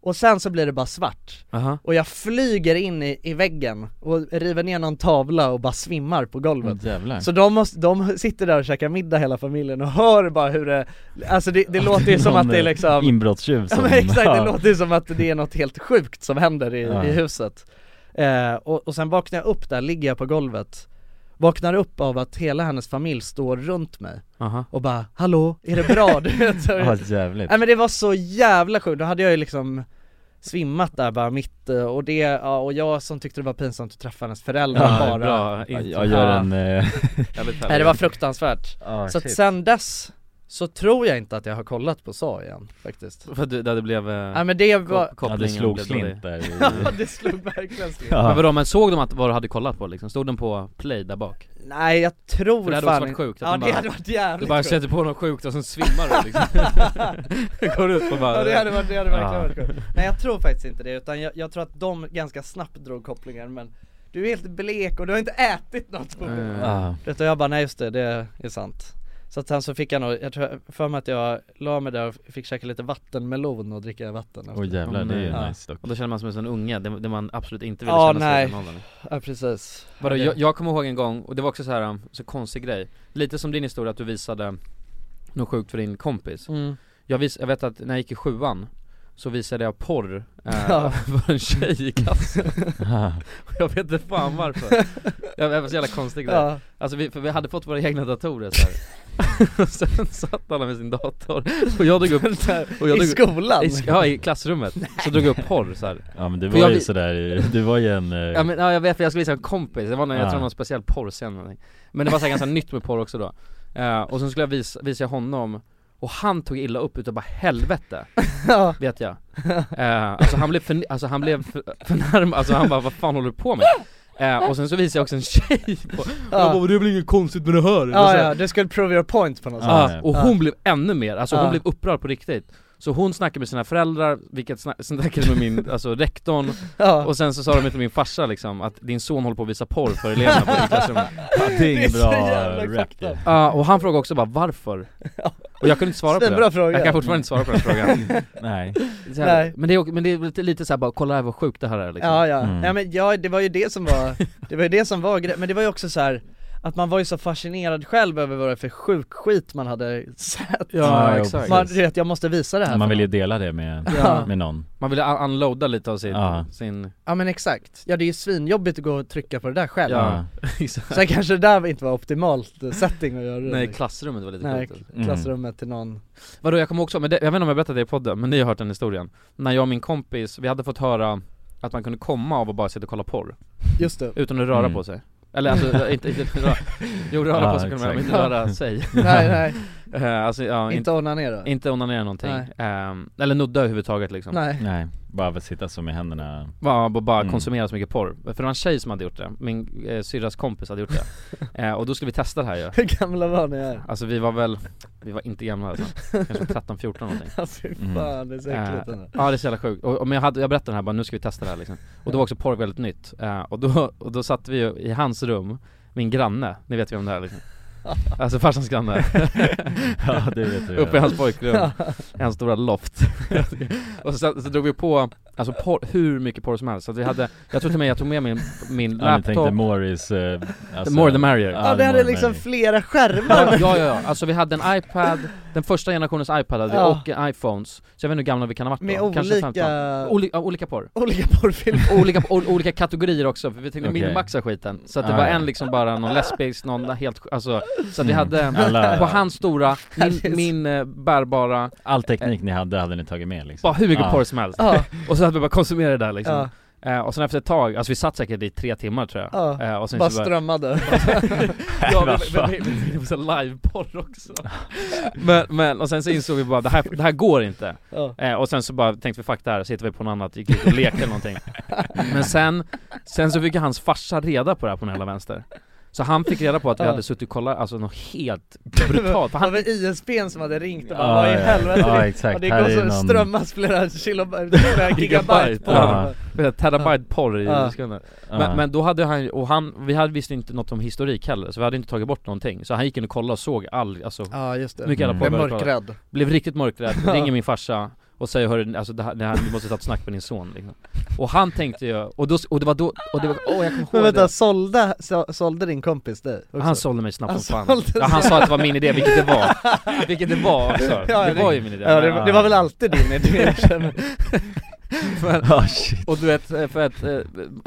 Speaker 2: och sen så blir det bara svart
Speaker 9: Aha.
Speaker 2: och jag flyger in i, i väggen och river ner någon tavla och bara svimmar på golvet
Speaker 3: Mm,
Speaker 9: Åh, jävlar.
Speaker 2: Så de, måste, de sitter där och käkar middag hela familjen och hör bara hur det, alltså det, det låter ju som
Speaker 3: Någon,
Speaker 2: att det är
Speaker 3: eh,
Speaker 2: liksom
Speaker 3: inbrottstjuv
Speaker 2: ja,
Speaker 3: som-
Speaker 2: men exakt, det
Speaker 3: Ja.
Speaker 2: låter ju som att det är något helt sjukt som händer i,
Speaker 3: Ja.
Speaker 2: i huset eh, och, och sen vaknar jag upp där, ligger jag på golvet vaknar upp av att hela hennes familj står runt mig
Speaker 1: Aha.
Speaker 2: och bara 'Hallå, är det bra?' du vet så-
Speaker 3: Ja, jävligt.
Speaker 2: Nej men det var så jävla sjukt, då hade jag ju liksom svimmat där bara mitt eh, och det, ja, och jag som tyckte det var pinsamt att träffa hennes föräldrar
Speaker 3: Ja,
Speaker 2: bara
Speaker 3: bra. Jag gör en, eh, Jävligt
Speaker 2: Nej det var fruktansvärt
Speaker 1: Ja,
Speaker 2: Så att
Speaker 1: shit.
Speaker 2: sen dess så tror jag inte att jag har kollat på SA igen faktiskt
Speaker 1: För att du- där det blev... eh,
Speaker 2: Nej men det var...
Speaker 1: kop- kopplingen blev dålig.
Speaker 2: Ja det slog verkligen slint
Speaker 1: Men vadå, men såg de att vad du hade kollat på liksom? Stod den på play där bak?
Speaker 2: Nej jag tror
Speaker 1: För det hade
Speaker 2: fan
Speaker 1: också varit
Speaker 2: inte-
Speaker 1: sjukt att
Speaker 2: Ja
Speaker 1: man
Speaker 2: det
Speaker 1: bara-
Speaker 2: hade varit jävligt
Speaker 1: Du bara
Speaker 2: sjukt.
Speaker 1: sätter på något sjukt och sen svimmar du liksom Går ut och bara
Speaker 2: Ja det hade varit, det hade verkligen varit
Speaker 1: Ja.
Speaker 2: sjukt Nej jag tror faktiskt inte det utan jag, jag tror att de ganska snabbt drog kopplingen men Du är helt blek och du har inte ätit något på
Speaker 1: Mm.
Speaker 2: mm. Vet du, jag bara nej just det, det är sant Så att sen så fick jag nog, jag tror, för mig att jag la mig där och fick käka lite vattenmelon och dricka vatten efter.
Speaker 1: Åh, nej.
Speaker 2: Ja.
Speaker 1: Och då känner man sig som en unge, det, det man absolut inte ville
Speaker 2: Ja
Speaker 1: känna sig i
Speaker 2: nej,
Speaker 1: den åldern
Speaker 2: ja precis
Speaker 1: Vadå,
Speaker 2: Det-
Speaker 1: jag, jag kommer ihåg en gång, och det var också så här um, så konstig grej Lite som din historia att du visade något sjukt för din kompis
Speaker 2: Mm.
Speaker 1: jag, vis, jag vet att när jag gick i sjuan så visade jag porr eh,
Speaker 2: Ja.
Speaker 1: för en tjej i klassen Och Jag vet inte fan varför Jag det var så jävla konstig grej
Speaker 2: Ja.
Speaker 1: Alltså vi, för vi hade fått våra egna datorer så här. och sen satt alla med sin dator och jag drog upp och jag
Speaker 2: I
Speaker 1: drog,
Speaker 2: skolan?
Speaker 1: I, sk- ja i klassrummet, så drog jag upp porr så här.
Speaker 3: Ja men du
Speaker 1: För
Speaker 3: var
Speaker 1: jag
Speaker 3: ju
Speaker 1: vi-
Speaker 3: sådär, i- du var ju en... eh,
Speaker 1: Ja men ja, jag vet för jag skulle visa en kompis, det var någon, jag
Speaker 3: Ja.
Speaker 1: tror någon speciell porrscen eller någonting. Men det var så här ganska nytt med porr också då Eh, Och sen skulle jag visa, visa honom och han tog illa upp utav bara helvete, vet jag Eh, Alltså han blev, för, alltså han blev för, förnärmad, alltså han bara vad fan håller du på med? Eh, och sen så visade jag också en tjej på, och jag bara, "Men det är väl inget konstigt med det här? Alltså, Och
Speaker 2: Ja
Speaker 1: så här-
Speaker 2: ja, du skulle prove your point på något sätt
Speaker 1: Ja, Ah, och hon
Speaker 2: Ja.
Speaker 1: blev ännu mer, alltså
Speaker 2: Ja.
Speaker 1: hon blev upprörd på riktigt Så hon snackade med sina föräldrar, vilket snack, snackade med min, alltså rektorn
Speaker 2: Ja.
Speaker 1: Och sen så sa de till min farsa liksom att din son håller på att visa porr för eleverna på ditt klassrum
Speaker 2: Ja, det är Det är ingen så bra
Speaker 3: jävla rap,
Speaker 1: Ja och han frågade också bara varför? Och jag kunde inte svara på det,
Speaker 2: Svinbra fråga.
Speaker 1: jag kan fortfarande inte svara på den frågan
Speaker 3: Nej.
Speaker 1: Så här,
Speaker 2: Nej.
Speaker 1: Men det är, men det är lite, lite såhär bara, kolla här vad sjukt det här är liksom
Speaker 2: Ja ja, ja men ja, det var ju det som var, det var ju det som var gre- men det var ju också så här att man var ju så fascinerad själv över vad det för sjuk skit man hade sett
Speaker 3: Ja, jo, exakt.
Speaker 2: Man, du vet, jag måste visa det här
Speaker 3: Man
Speaker 2: för
Speaker 3: vill ju
Speaker 2: någon.
Speaker 3: dela det med,
Speaker 2: Ja.
Speaker 3: med någon
Speaker 1: Man ville un- unloada lite av sin,
Speaker 3: Ja.
Speaker 1: sin
Speaker 2: Ja men exakt, ja det är ju svinjobbigt att gå och trycka på det där själv
Speaker 1: Ja,
Speaker 2: Så
Speaker 1: exakt.
Speaker 2: Sen kanske det där inte var optimalt eh, setting att göra det
Speaker 1: Nej Mm.
Speaker 2: i.
Speaker 1: klassrummet var lite
Speaker 2: Nej,
Speaker 1: sjukt.
Speaker 2: k- klassrummet till någon
Speaker 1: Vadå jag kommer också, men det, jag vet inte om jag berättade det i podden, men ni har hört den historien När jag och min kompis, vi hade fått höra att man kunde komma av att bara sitta och kolla porr
Speaker 2: Just det.
Speaker 1: Utan att röra
Speaker 2: Mm.
Speaker 1: på sig Eller alltså, inte, inte röra, jo röra
Speaker 2: Ja,
Speaker 1: på sig kunde man men inte
Speaker 2: exakt.
Speaker 1: röra sig
Speaker 2: Nej, nej.
Speaker 1: Eh, alltså, ja,
Speaker 2: Inte onanera.
Speaker 1: Inte onanera någonting, Ehm, eller nudda överhuvudtaget liksom
Speaker 2: Nej.
Speaker 3: Nej, bara av att sitta så med händerna
Speaker 1: bara, bara- bara
Speaker 3: Mm.
Speaker 1: konsumera så mycket porr. För det var en tjej som hade gjort det, min eh, syrras kompis hade gjort det. eh, och då skulle vi testa det här ju.
Speaker 2: Hur gamla var ni här?
Speaker 1: Alltså vi var väl, vi var inte gamla alltså. kanske 13, 14 någonting
Speaker 2: Alltså, fy
Speaker 1: Mm.
Speaker 2: fan, det är så äckligt,
Speaker 1: Eh,
Speaker 2: ändå.
Speaker 1: Ja det är så jävla sjukt, och, och, men jag, hade, jag berättade den här bara nu ska vi testa det här liksom Och då var också porr väldigt nytt, eh, och, då, och då satt vi ju i hans rum, min granne, ni vet ju om det här liksom Alltså farsans granne
Speaker 3: Ja, det vet vi.
Speaker 1: Uppe i hans pojkrum,
Speaker 3: Ja.
Speaker 1: i hans stora loft Och så, så drog vi på, alltså porr, hur mycket porr som helst, så att vi hade, jag tror till och med jag tog med min, min
Speaker 3: Ja, ni
Speaker 1: laptop
Speaker 3: tänkte more is... eh, alltså-
Speaker 1: the more the merrier
Speaker 2: Ja, det hade liksom flera skärmar
Speaker 1: Ja, ja, ja, alltså vi hade en iPad, den första generationens iPad hade vi,
Speaker 2: Ja.
Speaker 1: och en iPhones, så jag vet inte hur gamla vi kan ha varit
Speaker 2: Med
Speaker 1: då, kanske
Speaker 2: olika-
Speaker 1: 15 Oli, ja, olika porr
Speaker 2: Olika porrfilmer
Speaker 1: Olika, o, olika kategorier också, för vi tänkte
Speaker 2: Okej.
Speaker 1: minimaxa skiten Så att det
Speaker 3: Ah,
Speaker 1: var
Speaker 3: ja.
Speaker 1: en liksom bara, någon lesbisk, någon helt, alltså Så att vi
Speaker 3: Mm.
Speaker 1: hade,
Speaker 3: Alla-
Speaker 1: på hans stora, min,
Speaker 3: Alice.
Speaker 1: min eh, bärbara
Speaker 3: All teknik ni hade, hade ni tagit med liksom
Speaker 1: Bara hur mycket
Speaker 3: Ja.
Speaker 1: porr som helst Och så hade vi bara konsumerat det där liksom
Speaker 3: Ja.
Speaker 1: Eh, och sen efter ett tag, alltså vi satt säkert i tre timmar tror jag
Speaker 2: Ja,
Speaker 1: Eh, och sen
Speaker 2: bara
Speaker 1: så
Speaker 2: strömmade
Speaker 1: Ja, vi- vi- vi- vi- vi- vi- så liveporr också men, men, och sen så insåg vi bara det här, det här går inte
Speaker 2: Ja.
Speaker 1: eh, Och sen så bara tänkte vi fuck det här, så hittade vi på något annat, gick ut och lekte eller någonting Men sen, sen så fick ju hans farsa reda på det här på den hela vänster Så han fick reda på att vi
Speaker 2: Ja.
Speaker 1: hade suttit och kollat, alltså något helt brutalt för
Speaker 2: Det
Speaker 1: han,
Speaker 2: var ISPn som hade ringt och bara
Speaker 1: Ja,
Speaker 2: vad i
Speaker 1: ja.
Speaker 2: helvete
Speaker 1: Ja,
Speaker 2: det-
Speaker 1: exakt.
Speaker 2: Och det
Speaker 1: Här
Speaker 2: går
Speaker 1: är
Speaker 2: så
Speaker 1: någon-
Speaker 2: strömmas flera kilobyte, flera gigabyte på
Speaker 1: ja. Flera terabyte porr i
Speaker 2: Ja.
Speaker 1: sekunder
Speaker 2: Ja.
Speaker 1: men, men då hade han ju- och han, vi hade visste inte något om historik heller så vi hade inte tagit bort någonting Så han gick in och kollade och såg all, alltså
Speaker 2: Ja, just det.
Speaker 1: mycket jävla porr
Speaker 2: Mm. Blev
Speaker 1: vi hade kollat.
Speaker 2: mörkrädd.
Speaker 1: Blev riktigt mörkrädd,
Speaker 2: Ja.
Speaker 1: ringer min farsa och säger hörru, alltså det här, det här, du måste ta ett snack med din son liksom. Och han tänkte ju, och, då, och det var då, och det var, åh jag kommer ihåg det
Speaker 2: Men vänta, sålde, så- sålde din kompis dig? också?
Speaker 1: Han sålde mig snabbt som fan
Speaker 2: sålde
Speaker 1: ja, Han sa att det var min idé, vilket det var Vilket det var också,
Speaker 2: Ja,
Speaker 1: det
Speaker 2: det-
Speaker 1: var ju min idé
Speaker 2: ja, det var- det var väl alltid din idé, jag känner.
Speaker 1: För,
Speaker 3: Ah, shit.
Speaker 1: Och du vet, eh, för att eh,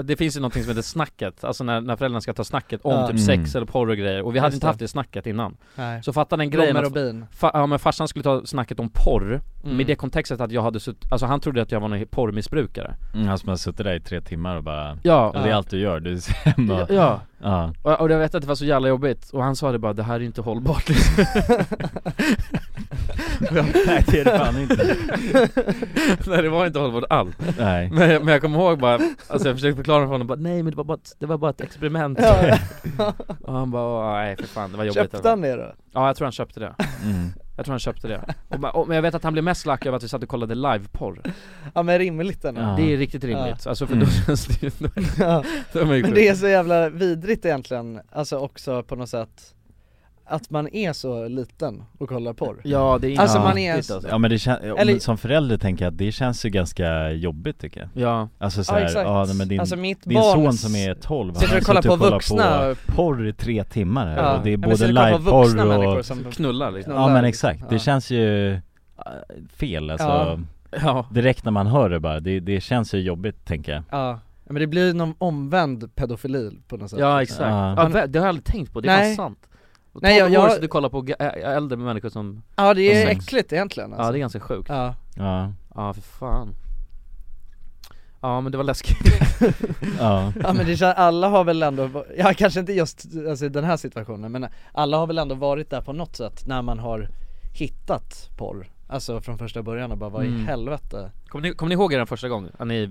Speaker 1: det finns ju någonting som heter snacket, alltså när, när föräldrarna ska ta snacket om
Speaker 2: Ja.
Speaker 1: typ sex
Speaker 2: Mm.
Speaker 1: eller porr och grejer, och vi hade
Speaker 2: Just
Speaker 1: inte
Speaker 2: det.
Speaker 1: haft det snacket innan
Speaker 2: Nej.
Speaker 1: Så fatta den grejen
Speaker 2: Blommor
Speaker 1: att-
Speaker 2: och bin.
Speaker 1: fa, Ja men farsan skulle ta snacket om porr,
Speaker 2: Mm.
Speaker 1: med det kontextet att jag hade sutt, alltså han trodde att jag var någon porrmissbrukare
Speaker 3: Mm, han som har suttit där i tre timmar och bara
Speaker 1: Ja.
Speaker 3: och Det är allt du gör, du är hemma
Speaker 1: Ja,
Speaker 3: ja.
Speaker 1: Och, och jag vet att det var så jävla jobbigt, och han sa det bara 'det här är ju inte hållbart' liksom. Och jag-
Speaker 3: Nej, det är det fan inte.
Speaker 1: Nej det var inte hållbart alls
Speaker 3: Nej.
Speaker 1: men, jag- men jag kommer ihåg bara, alltså jag försökte förklara för honom bara 'nej men det var bara ett, det var bara ett experiment'
Speaker 2: Ja.
Speaker 1: Och han bara "Åh, 'nej för fan, det var jobbigt' alltså."
Speaker 2: Köpte han det då?
Speaker 1: Ja jag tror han köpte det
Speaker 3: Mm.
Speaker 1: Jag tror han köpte det, och, ba- och, men jag vet att han blev mest lack över att vi satt och kollade liveporr
Speaker 2: Ja men rimligt ändå
Speaker 1: Ja. Det är riktigt rimligt, alltså för då
Speaker 3: Mm.
Speaker 1: känns det ju... Då,
Speaker 2: Ja.
Speaker 1: då är man ju
Speaker 2: Men
Speaker 1: sjuk.
Speaker 2: det är så jävla vidrigt egentligen, alltså också på något sätt Att man är så liten och kollar porr
Speaker 1: Ja, det är
Speaker 2: Alltså
Speaker 1: inte
Speaker 2: man är
Speaker 1: riktigt, alltså.
Speaker 3: Ja men det känns,
Speaker 2: Eller-
Speaker 3: som förälder tänker jag att det känns ju ganska jobbigt tycker jag
Speaker 1: Ja
Speaker 3: Alltså
Speaker 2: Ja,
Speaker 3: såhär, ja,
Speaker 2: exakt.
Speaker 3: nej, men din,
Speaker 2: Alltså, mitt
Speaker 3: din son
Speaker 2: barns-
Speaker 3: som är 12
Speaker 2: Sitter och
Speaker 3: har
Speaker 2: kollar
Speaker 3: suttit
Speaker 2: på vuxna-
Speaker 3: på porr i tre timmar här
Speaker 2: Ja.
Speaker 3: och det är
Speaker 2: Ja, men
Speaker 3: både
Speaker 2: sitter och kollar på vuxna
Speaker 3: liveporr
Speaker 2: människor
Speaker 3: och
Speaker 2: som knullar, liksom.
Speaker 3: Ja men
Speaker 2: knullar,
Speaker 3: exakt,
Speaker 2: liksom.
Speaker 3: det
Speaker 2: Ja.
Speaker 3: känns ju äh, fel alltså
Speaker 2: Ja. Ja.
Speaker 3: Direkt när man hör det bara, det, det känns ju jobbigt tänker jag
Speaker 2: Ja, men det blir ju någon omvänd pedofili på något sätt
Speaker 1: Ja exakt,
Speaker 3: Ja.
Speaker 1: ja. vä- det har jag aldrig tänkt på, det är
Speaker 2: Nej.
Speaker 1: fan sant och
Speaker 2: Nej,
Speaker 1: Nej,
Speaker 2: jag-
Speaker 1: jag,
Speaker 2: jag-
Speaker 1: år så du kollar på ga- ä- äldre människor som
Speaker 2: Ja det är
Speaker 1: som sex.
Speaker 2: äckligt egentligen alltså.
Speaker 1: Ja det är ganska sjukt
Speaker 2: Ja.
Speaker 3: Ja
Speaker 1: Ja för fan Ja men det var läskigt
Speaker 3: Ja.
Speaker 2: Ja men det känns, alla har väl ändå, ja kanske inte just alltså, i den här situationen men alla har väl ändå varit där på något sätt när man har hittat porr Alltså från första början och bara vad i
Speaker 1: Mm.
Speaker 2: helvete
Speaker 1: Kommer ni, kommer ni ihåg er den första gången? Att ni,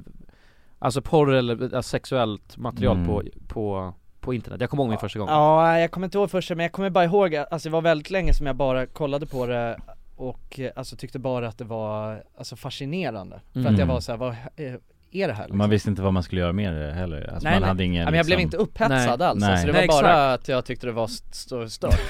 Speaker 1: alltså porr eller äh, sexuellt material
Speaker 2: Mm.
Speaker 1: på, på, på internet? Jag kommer ihåg min första gång
Speaker 2: Ja, jag kommer inte ihåg första men jag kommer bara ihåg, alltså det var väldigt länge som jag bara kollade på det och eh, alltså tyckte bara att det var alltså fascinerande För att jag
Speaker 3: Mm.
Speaker 2: var såhär, vad eh, är det här liksom?
Speaker 3: Man visste inte vad man skulle göra med det heller, alltså man hade ingen
Speaker 2: Ja, men jag blev
Speaker 3: liksom-
Speaker 2: inte upphetsad alls,
Speaker 3: Nej.
Speaker 2: alltså, det var bara att jag tyckte det var st- st- stört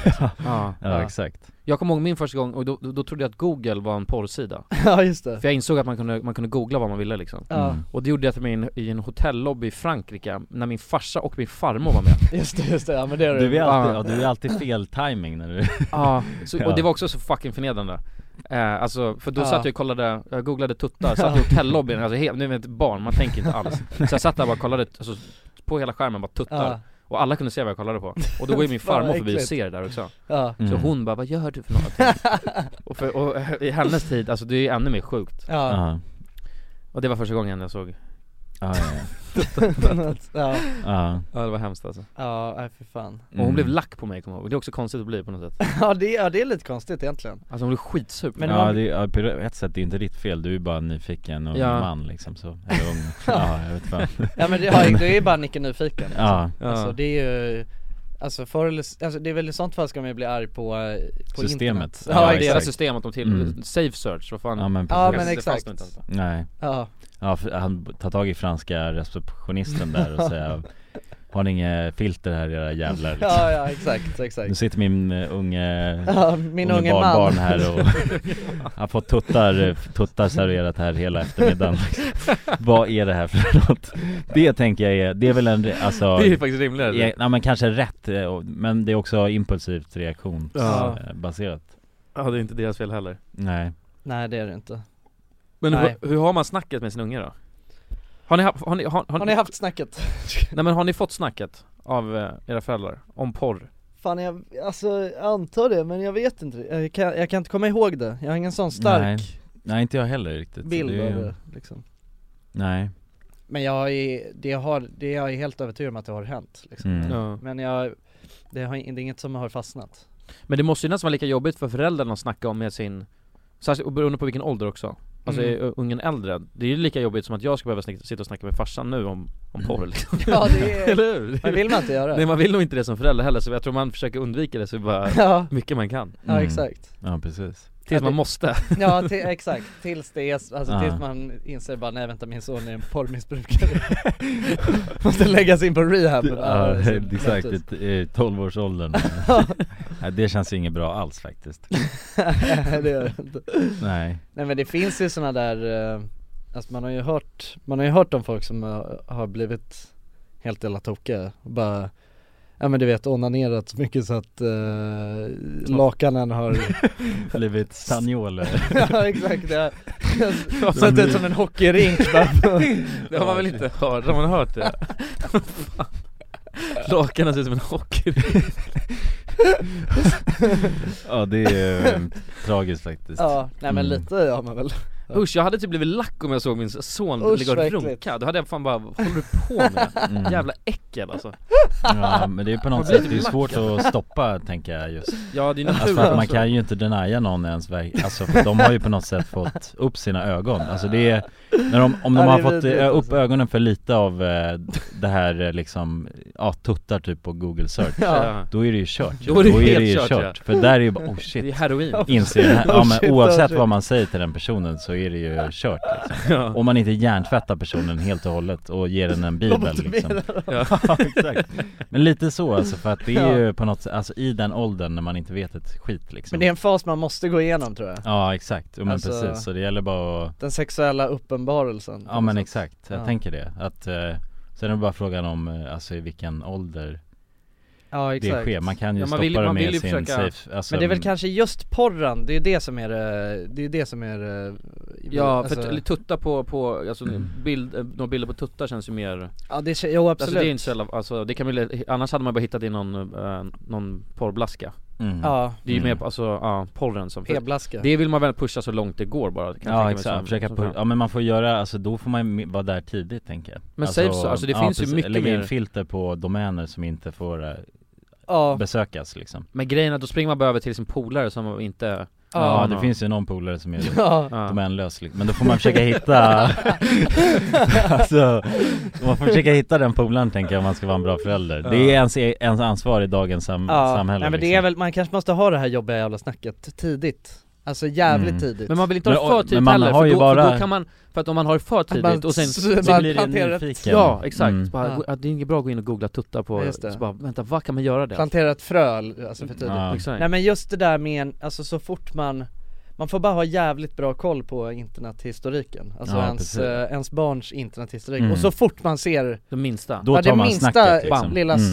Speaker 1: Ja,
Speaker 3: Ja, exakt.
Speaker 1: Jag kommer ihåg min första gång och då, då, då trodde jag att google var en porrsida
Speaker 2: Ja, just det.
Speaker 1: För jag insåg att man kunde, man kunde googla vad man ville liksom
Speaker 2: Ja.
Speaker 3: Mm.
Speaker 1: Och det gjorde jag till min, i en hotellobby i Frankrike när min farsa och min farmor var med
Speaker 2: Just det, just det, ja men det är
Speaker 3: Du är alltid, ja. du är alltid fel timing när du
Speaker 1: Ja, så,
Speaker 3: Ja.
Speaker 1: och det var också så fucking förnedrande eh, Alltså, för då
Speaker 2: Ja.
Speaker 1: satt jag och kollade, jag googlade tuttar,
Speaker 2: Ja.
Speaker 1: satt i hotellobbyn, alltså helt, nu är jag ett barn, man tänker inte alls Så jag satt där och bara kollade, alltså, på hela skärmen bara tuttar
Speaker 2: Ja.
Speaker 1: Och alla kunde se vad jag kollade på, och då går ju min
Speaker 2: Fan, vad
Speaker 1: farmor förbi och
Speaker 2: äckligt.
Speaker 1: ser det där också
Speaker 2: Ja.
Speaker 1: Så
Speaker 2: Mm.
Speaker 1: hon bara, vad gör du för någonting? och, för, och i hennes tid, alltså det är ju ännu mer sjukt
Speaker 2: Ja. Ja.
Speaker 1: Och det var första gången jag såg
Speaker 3: Ja,
Speaker 1: tuttar.
Speaker 2: Ja.
Speaker 3: Ja. Mm.
Speaker 1: ja det var hemskt alltså
Speaker 2: Ja, nej för fan
Speaker 1: Och hon blev lack på mig kommer jag ihåg, det är också konstigt att bli på något sätt
Speaker 2: Ja det, ja det är lite konstigt egentligen
Speaker 1: Alltså hon blev skitsur på
Speaker 2: Men
Speaker 1: mig.
Speaker 3: ja, det, ja, på ett sätt det är inte ditt fel, du är bara nyfiken och
Speaker 1: Ja.
Speaker 3: man liksom så, eller ung, ja jag vet fan
Speaker 2: Ja men det, ja, det är ju bara Nicke Nyfiken
Speaker 3: Ja.
Speaker 2: alltså.
Speaker 3: Ja.
Speaker 2: alltså det är ju Alltså förr eller, s- alltså det är väl i sånt fall ska man ju bli arg på, eh, på
Speaker 3: Systemet.
Speaker 2: internet
Speaker 3: Ja,
Speaker 1: Ja, det
Speaker 3: exakt.
Speaker 1: hela systemet de till,
Speaker 3: Mm.
Speaker 1: safe search, vad fan
Speaker 3: Ja men,
Speaker 2: Ja,
Speaker 3: precis.
Speaker 2: men
Speaker 1: Det fanns
Speaker 2: exakt
Speaker 1: nog inte ens.
Speaker 3: Nej
Speaker 2: Ja.
Speaker 3: Ja, för han tar tag i franska receptionisten där och säger Har ni inget filter här era jävlar liksom.
Speaker 2: Ja ja exakt,
Speaker 3: Nu
Speaker 2: exakt
Speaker 3: sitter min eh, unge,
Speaker 2: Ja, min unge man.
Speaker 3: barnbarn här och har fått tuttar, eh, tuttar serverat här hela eftermiddagen Vad är det här för något? Det tänker jag är, det är väl en, re- alltså
Speaker 1: Det är ju faktiskt rimligare.
Speaker 3: är- Ja men kanske rätt, eh, och- men det är också impulsivt eh,
Speaker 1: Ja.
Speaker 3: reaktionsbaserat
Speaker 1: Ja det är inte deras fel heller
Speaker 3: Nej
Speaker 2: Nej det är det inte
Speaker 1: Men
Speaker 2: Nej.
Speaker 1: hur, hur har man snacket med sin unge då? Har ni, haft- har ni, har,
Speaker 2: Har ni haft snacket?
Speaker 1: Nej men har ni fått snacket av eh, era föräldrar? Om porr?
Speaker 2: Fan jag, alltså jag antar det men jag vet inte jag kan, jag kan inte komma ihåg det, jag har ingen sån stark
Speaker 3: Nej, Nej inte jag heller riktigt Så
Speaker 2: bild
Speaker 3: det är-
Speaker 2: av det liksom
Speaker 3: Nej
Speaker 2: Men jag är, det har, det jag är helt övertygad om att det har hänt liksom.
Speaker 3: Mm.
Speaker 1: Ja.
Speaker 2: Men jag, det, har, det är inget som har fastnat
Speaker 1: Men det måste ju nästan vara lika jobbigt för föräldrarna att snacka om med sin Särskilt och beroende på vilken ålder också Alltså
Speaker 2: Mm.
Speaker 1: är ungen äldre? Det är ju lika jobbigt som att jag ska behöva snick- sitta och snacka med farsan nu om, om porr liksom.
Speaker 2: Ja det är,
Speaker 1: Eller hur?
Speaker 2: men vill man inte göra
Speaker 1: Nej man vill nog inte det som förälder heller så jag tror man försöker undvika det så bara
Speaker 2: Ja.
Speaker 1: mycket man kan
Speaker 3: Mm.
Speaker 2: Ja exakt
Speaker 3: Ja precis
Speaker 1: Tills man måste
Speaker 2: Ja ti- exakt, tills det är, alltså
Speaker 1: Ja.
Speaker 2: tills man inser bara nej vänta min son är en porrmissbrukare Måste läggas in på rehab
Speaker 3: Ja,
Speaker 2: så-
Speaker 3: exakt,
Speaker 2: precis.
Speaker 3: i- i 12-årsåldern Nej, Det känns ju inget bra alls faktiskt
Speaker 2: Nej, det gör det inte
Speaker 3: Nej.
Speaker 2: Nej men det finns ju sådana där, eh, alltså man har ju hört, man har ju hört om folk som eh, har blivit helt jävla tokiga och bara Ja men du vet onanerat så mycket så att eh, lakanen har
Speaker 3: Blivit sanjoler
Speaker 2: Ja exakt, det har, Sett ut som en hockeyrink bara.
Speaker 1: Det har man väl inte hört? Har man hört det? Fan. Lakanen ser ut som en hockeyring
Speaker 3: Ja det är eh, tragiskt faktiskt
Speaker 2: Ja, nej men
Speaker 3: Mm.
Speaker 2: lite har
Speaker 3: Liksom.
Speaker 2: man väl
Speaker 1: Usch, jag hade typ blivit lack om jag såg min son
Speaker 2: Usch,
Speaker 1: ligga
Speaker 2: vad
Speaker 1: och
Speaker 2: äckligt.
Speaker 1: runka, då hade jag fan bara, vad håller du på med?
Speaker 3: Mm.
Speaker 1: Jävla äckel alltså
Speaker 3: Ja men det är på något
Speaker 1: Man blir
Speaker 3: sätt, det är
Speaker 1: typ
Speaker 3: svårt
Speaker 1: lack.
Speaker 3: att stoppa tänker jag just
Speaker 1: Ja, det är
Speaker 3: alltså,
Speaker 1: naturligt
Speaker 3: för att man
Speaker 1: också.
Speaker 3: kan ju inte denia någon ens verk, alltså för de har ju på något sätt fått upp sina ögon Alltså det är, när de, om
Speaker 1: Ja,
Speaker 3: de
Speaker 1: det
Speaker 3: har
Speaker 1: är
Speaker 3: fått
Speaker 1: vidrigt,
Speaker 3: eh, upp
Speaker 1: alltså.
Speaker 3: ögonen för lite av eh, det här eh, liksom, ja tuttar typ på google search
Speaker 1: Ja.
Speaker 3: Då är det ju kört ju.
Speaker 1: Då är det helt kört, ja.
Speaker 3: För där är ju bara, oh shit
Speaker 1: Det är heroin.
Speaker 3: Inser den här, ja
Speaker 1: Oh
Speaker 3: men
Speaker 1: shit, oh
Speaker 3: oavsett
Speaker 1: shit.
Speaker 3: vad man säger till den personen så är det ju kört liksom.
Speaker 1: Ja.
Speaker 3: Om man inte hjärntvättar personen helt och hållet och ger den en bibel liksom.
Speaker 1: Ja.
Speaker 3: ja exakt Men lite så alltså för att det är
Speaker 2: Ja.
Speaker 3: ju på något sätt, alltså i den åldern när man inte vet ett skit liksom
Speaker 2: Men det är en fas man måste gå igenom tror jag
Speaker 3: Ja exakt, Jo, men
Speaker 2: Alltså,
Speaker 3: precis så det gäller bara att
Speaker 2: Den sexuella uppenbarelsen
Speaker 3: Ja men exakt, jag
Speaker 2: Ja.
Speaker 3: tänker det att eh, Sen är det bara frågan om eh, alltså i vilken ålder
Speaker 2: Ja exakt
Speaker 3: Det sker, man kan ju
Speaker 1: Ja, man
Speaker 3: stoppa
Speaker 1: vill-
Speaker 3: det
Speaker 1: man
Speaker 3: med
Speaker 1: vill ju
Speaker 3: sin
Speaker 1: försöka-
Speaker 3: safe alltså,
Speaker 2: Men det är väl kanske just porren, det är ju det som är det, det är ju det som är det,
Speaker 1: Ja, för
Speaker 2: alltså-
Speaker 1: att- eller tutta på, på alltså bild, eh, några bilder på tuttar känns ju mer
Speaker 2: Ja, det kän- jo, absolut.
Speaker 1: Alltså det är inte så jävla, alltså det kan bli, annars hade man bara hittat i någon, eh, någon porrblaska
Speaker 3: Mm.
Speaker 2: Ja.
Speaker 1: Det är ju
Speaker 2: Mm.
Speaker 1: mer, alltså, ja, porren som
Speaker 2: P-blaska.
Speaker 1: Det vill man väl pusha så långt det går bara kan jag tänka
Speaker 3: Ja
Speaker 1: mig
Speaker 3: exakt,
Speaker 1: som-
Speaker 3: försöka
Speaker 1: som
Speaker 3: på,
Speaker 1: fan.
Speaker 3: ja men man får göra, alltså då får man ju vara där tidigt tänker jag
Speaker 1: Men safe så, alltså det finns ju mycket
Speaker 3: lägga in
Speaker 1: mer-
Speaker 3: filter på domäner som inte får eh,
Speaker 2: Ja.
Speaker 3: besökas liksom
Speaker 1: Men grejen är att då springer man bara över till sin polare som inte
Speaker 3: Ja, det finns ju någon polare som är
Speaker 1: Ja.
Speaker 3: domänlös liksom. men då får man försöka hitta alltså, Man får försöka hitta den polaren tänker jag om man ska vara en bra förälder Det är
Speaker 2: Ja.
Speaker 3: ens, e- ens ansvar i dagens
Speaker 1: Mm,
Speaker 3: sam-
Speaker 2: ja.
Speaker 3: samhälle liksom.
Speaker 2: Nej men
Speaker 1: liksom.
Speaker 2: det är väl, man kanske måste ha det här jobbiga jävla snacket tidigt Alltså jävligt
Speaker 3: Mm.
Speaker 2: tidigt
Speaker 1: Men man vill inte ha det för tidigt heller, för då, för då kan man, för att om man har det för tidigt
Speaker 2: man
Speaker 1: och
Speaker 2: s-
Speaker 1: sen
Speaker 2: man planterar ett-
Speaker 1: Ja, exakt.
Speaker 2: Mm.
Speaker 1: Så Bara,
Speaker 2: Ja.
Speaker 1: ja. Det är inget bra att gå in och googla tuttar
Speaker 2: Ja,
Speaker 1: på,
Speaker 2: just det.
Speaker 1: så bara vänta, vad kan man göra det?
Speaker 2: Plantera ett frö alltså för tidigt
Speaker 1: Ja. Exakt.
Speaker 2: Nej men just det där med, en- alltså så fort man man får bara ha jävligt bra koll på internethistoriken, alltså
Speaker 1: Ja,
Speaker 2: ens,
Speaker 1: precis.
Speaker 2: eh, ens barns internethistorik
Speaker 1: Mm.
Speaker 2: och så fort man ser
Speaker 1: Det minsta,
Speaker 3: Då
Speaker 2: ja,
Speaker 3: tar
Speaker 2: det
Speaker 3: man
Speaker 2: minsta
Speaker 3: snacket, liksom.
Speaker 2: lilla
Speaker 3: Mm.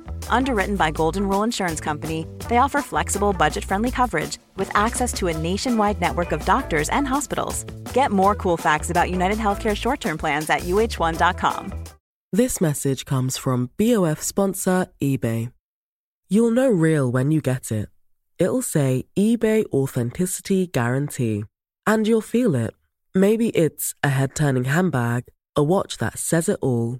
Speaker 10: Underwritten by Golden Rule Insurance Company, they offer flexible, budget friendly coverage with access to a nationwide network of doctors and hospitals. Get more cool facts about United Healthcare short term plans at uh1.com.
Speaker 11: This message comes from BOF sponsor eBay. You'll know real when you get it. It'll say eBay Authenticity Guarantee. And you'll feel it. Maybe it's a head turning handbag, a watch that says it all,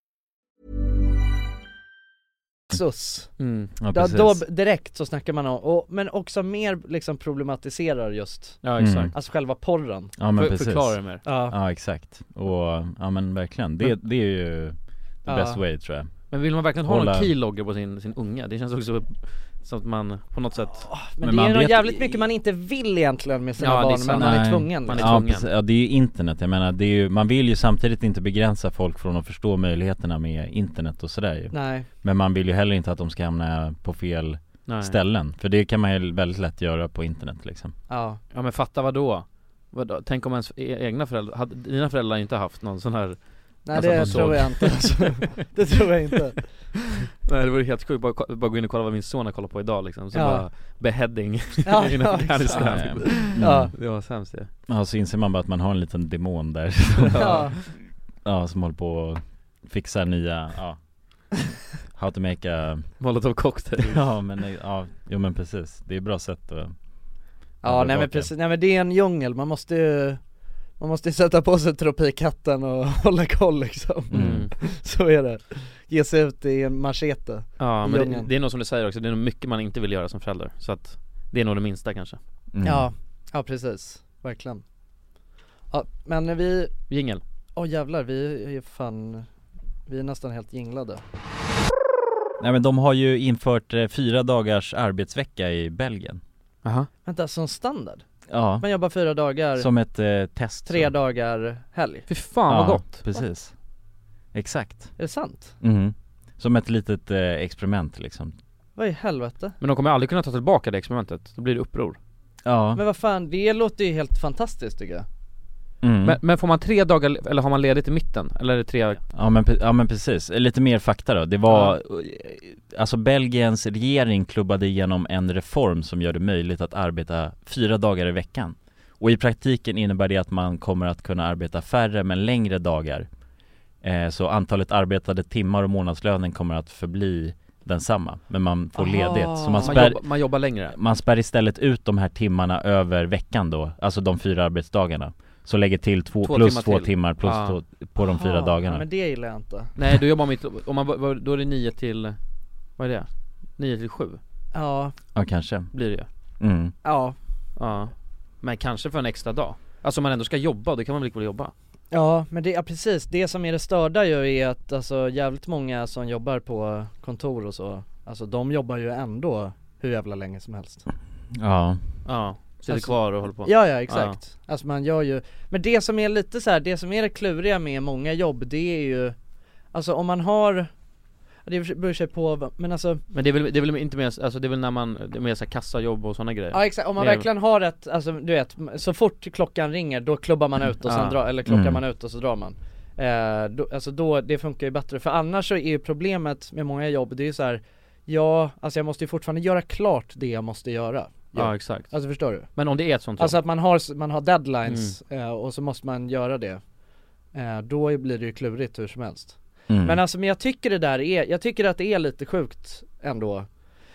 Speaker 2: sus
Speaker 1: Mm.
Speaker 3: Ja,
Speaker 2: då,
Speaker 3: precis.
Speaker 2: då direkt så snackar man om, och, men också mer liksom problematiserar just
Speaker 1: Ja,
Speaker 3: exakt. Mm.
Speaker 2: Alltså själva porren
Speaker 3: Ja men precis
Speaker 2: Ja.
Speaker 3: ja. exakt, och ja men verkligen, det, det är ju the
Speaker 1: Ja.
Speaker 3: best way tror jag
Speaker 1: Men vill man verkligen ha
Speaker 3: Hålla-
Speaker 1: någon keylogger på sin, sin unge? Det känns också som att man på något sätt
Speaker 2: Men, det är ju nog jävligt mycket man inte vill egentligen med sina
Speaker 1: Ja, det är
Speaker 2: barn, men
Speaker 1: sant.
Speaker 2: man är
Speaker 3: Nej.
Speaker 2: tvungen liksom.
Speaker 3: ja, precis. ja det är ju internet, jag menar det är ju, man vill ju samtidigt inte begränsa folk från att förstå möjligheterna med internet och sådär ju
Speaker 2: Nej.
Speaker 3: Men man vill ju heller inte att de ska hamna på fel
Speaker 1: Nej.
Speaker 3: ställen, för det kan man ju väldigt lätt göra på internet liksom
Speaker 2: Ja
Speaker 1: Ja men fatta vad då? Tänk om ens e- egna föräldrar, hade dina föräldrar inte haft någon sån här
Speaker 2: Nej
Speaker 1: Alltså,
Speaker 2: det
Speaker 1: att de
Speaker 2: tror
Speaker 1: såg.
Speaker 2: jag inte alltså. Det tror jag inte
Speaker 1: Nej det vore helt sjukt, bara, ko- bara gå in och kolla vad min son har kollat på idag liksom, så
Speaker 2: Ja.
Speaker 1: bara beheading
Speaker 2: Ja,
Speaker 1: in
Speaker 2: ja,
Speaker 1: Afghanistan
Speaker 2: exakt.
Speaker 1: mm.
Speaker 2: Ja.
Speaker 1: Det var sämst det
Speaker 3: Ehm, Ja, så inser man bara att man har en liten demon där som,
Speaker 2: Ja.
Speaker 3: ja. som håller på och fixar nya, ja How to make a
Speaker 1: Molotov cocktail
Speaker 3: Ja men, ja, jo men precis, det är ett bra sätt att
Speaker 2: Ja nej men precis, nej men det är en djungel, man måste ju Man måste ju sätta på sig tropikhatten och hålla koll liksom
Speaker 1: Mm.
Speaker 2: Så är det Ge sig ut i en machete
Speaker 1: Ja
Speaker 2: i
Speaker 1: men det,
Speaker 2: djungeln.
Speaker 1: det är nog som du säger också, det är nog mycket man inte vill göra som förälder Så att det är nog det minsta kanske
Speaker 2: Ja, ja precis, verkligen Ja men när vi
Speaker 1: Jingel
Speaker 2: Åh jävlar, vi är ju fan Vi är nästan helt jinglade
Speaker 3: Nej men de har ju infört eh, fyra dagars arbetsvecka i Belgien
Speaker 1: Aha.
Speaker 2: Vänta, som standard?
Speaker 3: Ja.
Speaker 2: Man jobbar fyra dagar,
Speaker 3: Som ett eh, test
Speaker 2: tre dagar helg
Speaker 1: Fy fan
Speaker 3: ja, precis Exakt
Speaker 2: Är det sant?
Speaker 3: mm. Som ett litet eh, experiment liksom
Speaker 2: Vad i helvete?
Speaker 1: Men de kommer aldrig kunna ta tillbaka det experimentet, då blir det uppror
Speaker 3: Ja
Speaker 2: Men vad fan, det låter ju helt fantastiskt tycker jag
Speaker 1: men, men får man tre dagar, eller har man ledigt i mitten? Eller är det tre?
Speaker 3: Ja men, pre- ja men precis, Eh, lite mer fakta då. Det var, eh, alltså Belgiens regering klubbade igenom en reform som gör det möjligt att arbeta fyra dagar i veckan. Och i praktiken innebär det att man kommer att kunna arbeta färre men längre dagar. Eh, så antalet arbetade timmar och månadslönen kommer att förbli densamma. Men man får
Speaker 1: Aha.
Speaker 3: ledigt. Så
Speaker 1: Man
Speaker 3: man spär,
Speaker 1: jobbar- man jobbar längre.
Speaker 3: Man spär istället ut de här timmarna över veckan då, alltså de fyra arbetsdagarna. Så lägger till två,
Speaker 1: Två
Speaker 3: plus
Speaker 1: timmar
Speaker 3: två
Speaker 1: till.
Speaker 3: timmar plus
Speaker 1: Ja.
Speaker 3: två, på de fyra
Speaker 2: Aha,
Speaker 3: dagarna.
Speaker 2: ja, men det gillar jag inte
Speaker 1: Nej då jobbar man inte, om man, vad- då är det nio till, vad är det? Nio till sju?
Speaker 2: Ja,
Speaker 3: Ja kanske
Speaker 1: Blir det ju
Speaker 3: Mm.
Speaker 2: ja
Speaker 1: Ja Men kanske för en extra dag Alltså om man ändå ska jobba, då kan man väl lika väl jobba?
Speaker 2: Ja men det, ja, precis, det som är det störda ju är att alltså jävligt många som jobbar på kontor och så Alltså de jobbar ju ändå hur jävla länge som helst
Speaker 3: Ja
Speaker 1: Ja, sitter
Speaker 2: Alltså-
Speaker 1: kvar och håller på
Speaker 2: Ja ja exakt, alltså man gör ju Men det som är lite så här, det som är det kluriga med många jobb det är ju Alltså om man har Det beror sig på, vad- men alltså
Speaker 1: Men det är väl, det är väl inte mer, alltså det är väl när man, det är mer så här kassajobb och sådana grejer
Speaker 2: Ja exakt, om man
Speaker 1: typ. Det är-
Speaker 2: verkligen har ett, alltså du vet, så fort klockan ringer då klubbar man ut och sen
Speaker 1: Ja.
Speaker 2: drar, eller klockar
Speaker 1: Mm.
Speaker 2: man ut och så drar man eh, då, Alltså då, det funkar ju bättre, för annars så är ju problemet med många jobb, det är ju så här. Ja, alltså jag måste ju fortfarande göra klart det jag måste göra
Speaker 1: Ja Mm. exakt
Speaker 2: Alltså förstår du?
Speaker 1: Men om det är ett sånt jobb
Speaker 2: Alltså att man har, man har deadlines eh, och så måste man göra det eh, Då blir det ju klurigt hur som helst
Speaker 3: Mm.
Speaker 2: Men alltså men jag tycker det där är, jag tycker att det är lite sjukt ändå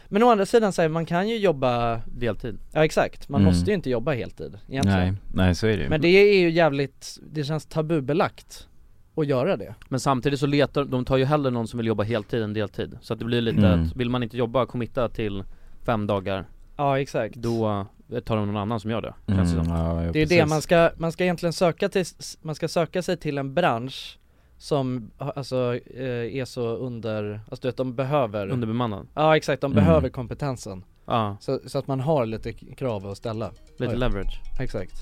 Speaker 2: Men å andra sidan säger man kan ju jobba
Speaker 1: Deltid
Speaker 2: Ja exakt, man
Speaker 3: Mm.
Speaker 2: måste ju inte jobba heltid egentligen
Speaker 3: Nej, nej så är det ju
Speaker 2: Men det är ju jävligt, det känns tabubelagt att göra det
Speaker 1: Men samtidigt så letar, de tar ju hellre någon som vill jobba heltid än deltid Så att det blir lite
Speaker 3: Mm.
Speaker 1: att, vill man inte jobba, committa till fem dagar
Speaker 2: Ja exakt
Speaker 1: Då eh, tar de någon annan som gör det,
Speaker 3: Mm,
Speaker 1: känns det som
Speaker 3: ja, ja,
Speaker 2: Det är ju
Speaker 3: precis.
Speaker 2: det, man ska, man ska egentligen söka till, man ska söka sig till en bransch som ha- alltså eh, är så under, alltså du vet de behöver
Speaker 1: Underbemannad
Speaker 2: Ja exakt, de
Speaker 1: Mm.
Speaker 2: behöver kompetensen
Speaker 1: Ja.
Speaker 2: så, så att man har lite k- krav att ställa
Speaker 1: Lite
Speaker 2: Oj.
Speaker 1: leverage
Speaker 2: Exakt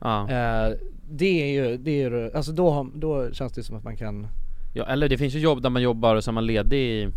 Speaker 1: Ja
Speaker 2: eh, Det är ju, det är ju, alltså då, har- då känns det som att man kan
Speaker 1: Ja eller det finns ju jobb där man jobbar och sen är man ledig i,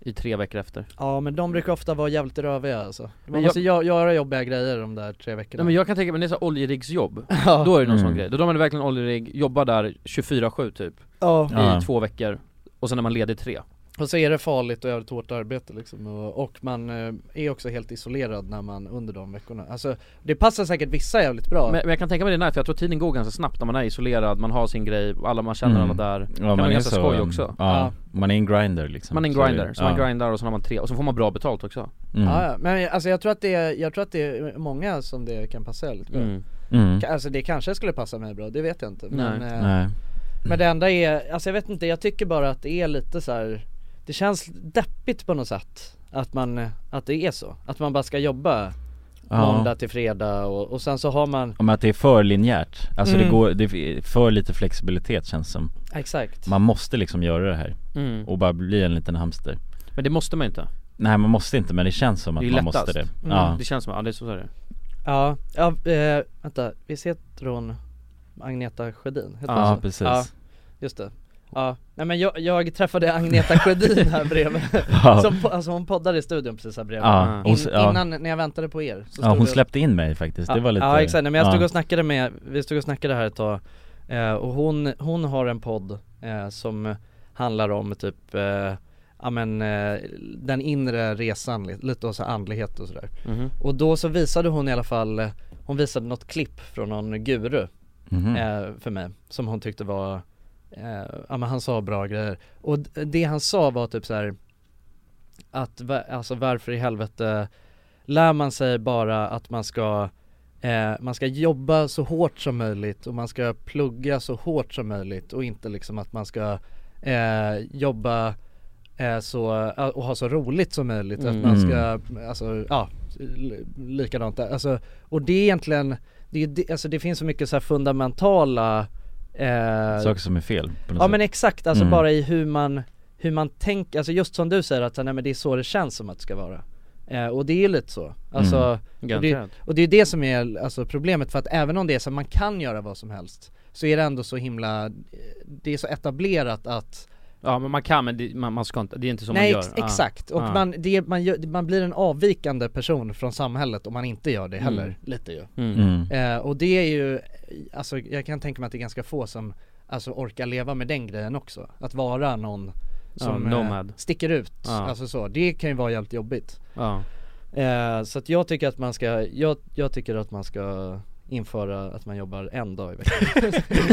Speaker 1: i tre veckor efter
Speaker 2: Ja men de brukar ofta vara jävligt röviga alltså Man
Speaker 1: Men jag-
Speaker 2: måste gö- göra jobbiga grejer de där tre veckorna
Speaker 1: Nej men jag kan tänka mig, när det är så här oljeriggsjobb,
Speaker 2: Ja.
Speaker 1: då är det någon sån
Speaker 2: Mm.
Speaker 1: grej Då drar man verkligen oljerigg, jobbar där 24-7 typ
Speaker 2: Ja.
Speaker 1: I
Speaker 2: Ja.
Speaker 1: två veckor, och sen är man ledig tre
Speaker 2: Och så är det farligt och jävligt hårt arbete liksom och, och man eh, är också helt isolerad när man under de veckorna Alltså det passar säkert vissa jävligt bra
Speaker 1: men, men jag kan tänka mig det är nice, för jag tror tiden går ganska snabbt när man är isolerad, man har sin grej, alla man känner
Speaker 3: Mm.
Speaker 1: alla där
Speaker 3: Ja,
Speaker 1: Det kan
Speaker 3: man
Speaker 1: vara
Speaker 3: är
Speaker 1: ganska
Speaker 3: så,
Speaker 1: skoj
Speaker 3: um,
Speaker 1: också
Speaker 3: ja. Man är en grinder liksom
Speaker 1: Man är en
Speaker 3: Så det-
Speaker 1: grinder, så,
Speaker 3: ja.
Speaker 1: man grindar och så har man tre, och så får man bra betalt också
Speaker 3: Mm.
Speaker 2: ja, ja. men alltså jag tror att det är, jag tror att det är många som det kan passa jävligt bra
Speaker 1: Mm.
Speaker 3: Mm.
Speaker 2: Ka- Alltså det kanske skulle passa mig bra, det vet jag inte men,
Speaker 3: Nej.
Speaker 2: eh,
Speaker 3: Nej.
Speaker 2: men det enda är, alltså jag vet inte, jag tycker bara att det är lite så här. Det känns deppigt på något sätt Att man, att det är så, att man bara ska jobba
Speaker 3: Ja.
Speaker 2: Måndag till fredag och, och sen så har man
Speaker 3: Ja, men att det är för linjärt, alltså
Speaker 2: Mm.
Speaker 3: det går, det är för lite flexibilitet känns som
Speaker 2: Exakt.
Speaker 3: Man måste liksom göra det här
Speaker 1: Mm.
Speaker 3: och bara bli en liten hamster
Speaker 1: Men det måste man inte
Speaker 3: Nej man måste inte men det känns som att
Speaker 1: Det är
Speaker 3: man
Speaker 1: lättast.
Speaker 3: måste det
Speaker 1: Mm.
Speaker 3: Ja
Speaker 1: Det känns som, ja det är så så är det
Speaker 2: Ja, ja eh, vänta, visst heter hon Agneta Sjödin? Heter
Speaker 3: Ja,
Speaker 2: hon så?
Speaker 3: precis.
Speaker 2: Ja, just det Ja, nej men jag, jag träffade Agneta Sjödin här bredvid
Speaker 3: Ja.
Speaker 2: Som, po- Alltså hon poddade i studion precis här bredvid
Speaker 3: Ja,
Speaker 2: In,
Speaker 3: hon s- ja.
Speaker 2: Innan, när jag väntade på er så
Speaker 3: Ja
Speaker 2: stod
Speaker 3: hon
Speaker 2: jag-
Speaker 3: släppte in mig faktiskt,
Speaker 2: ja,
Speaker 3: det var lite
Speaker 2: Ja exakt, nej, men jag stod
Speaker 3: ja.
Speaker 2: och snackade med, vi stod och snackade här ett tag Eh, och hon, hon har en podd eh, som handlar om typ eh, ja, men, eh, den inre resan, li- lite och så här andlighet och sådär.
Speaker 1: Mhm.
Speaker 2: Och då så visade hon i alla fall, eh, hon visade något klipp från någon guru
Speaker 1: Mhm.
Speaker 2: eh, för mig som hon tyckte var, eh, ja men han sa bra grejer. Och d- det han sa var typ så här att va- alltså varför i helvete lär man sig bara att man ska eh, man ska jobba så hårt som möjligt och man ska plugga så hårt som möjligt och inte liksom att man ska eh, jobba eh, så, eh, och ha så roligt som möjligt
Speaker 1: Mm.
Speaker 2: att man ska, alltså ja, li- likadant där. Alltså, och det är egentligen, det, är, det- alltså det finns så mycket så här fundamentala eh,
Speaker 3: Saker som är fel på något
Speaker 2: Ja
Speaker 3: sätt.
Speaker 2: men exakt, alltså
Speaker 3: Mm.
Speaker 2: bara i hur man, hur man tänker, alltså just som du säger att så här, nej, men det är så det känns som att det ska vara eh, Och det är ju lite så, alltså
Speaker 1: Mm.
Speaker 2: och, det,
Speaker 1: Garanterat.
Speaker 2: och det är det som är alltså, problemet för att även om det är så att man kan göra vad som helst Så är det ändå så himla, eh, det är så etablerat att
Speaker 1: Ja men man kan men det, man, man ska inte, det är inte så
Speaker 2: Nej
Speaker 1: man gör Ah.
Speaker 2: ex- exakt, och Man, det, man, gör, man blir en avvikande person från samhället om man inte gör det heller,
Speaker 1: Mm.
Speaker 2: lite ju
Speaker 1: Mm. Mm.
Speaker 2: eh, Och det är ju, alltså jag kan tänka mig att det är ganska få som Alltså orkar leva med den grejen också, att vara någon
Speaker 1: Ja,
Speaker 2: som
Speaker 1: nomad.
Speaker 2: eh, sticker ut,
Speaker 1: Ja.
Speaker 2: alltså så, det kan ju vara jävligt jobbigt
Speaker 1: Ja.
Speaker 2: eh, Så att jag tycker att man ska, jag, jag tycker att man ska införa att man jobbar en dag i veckan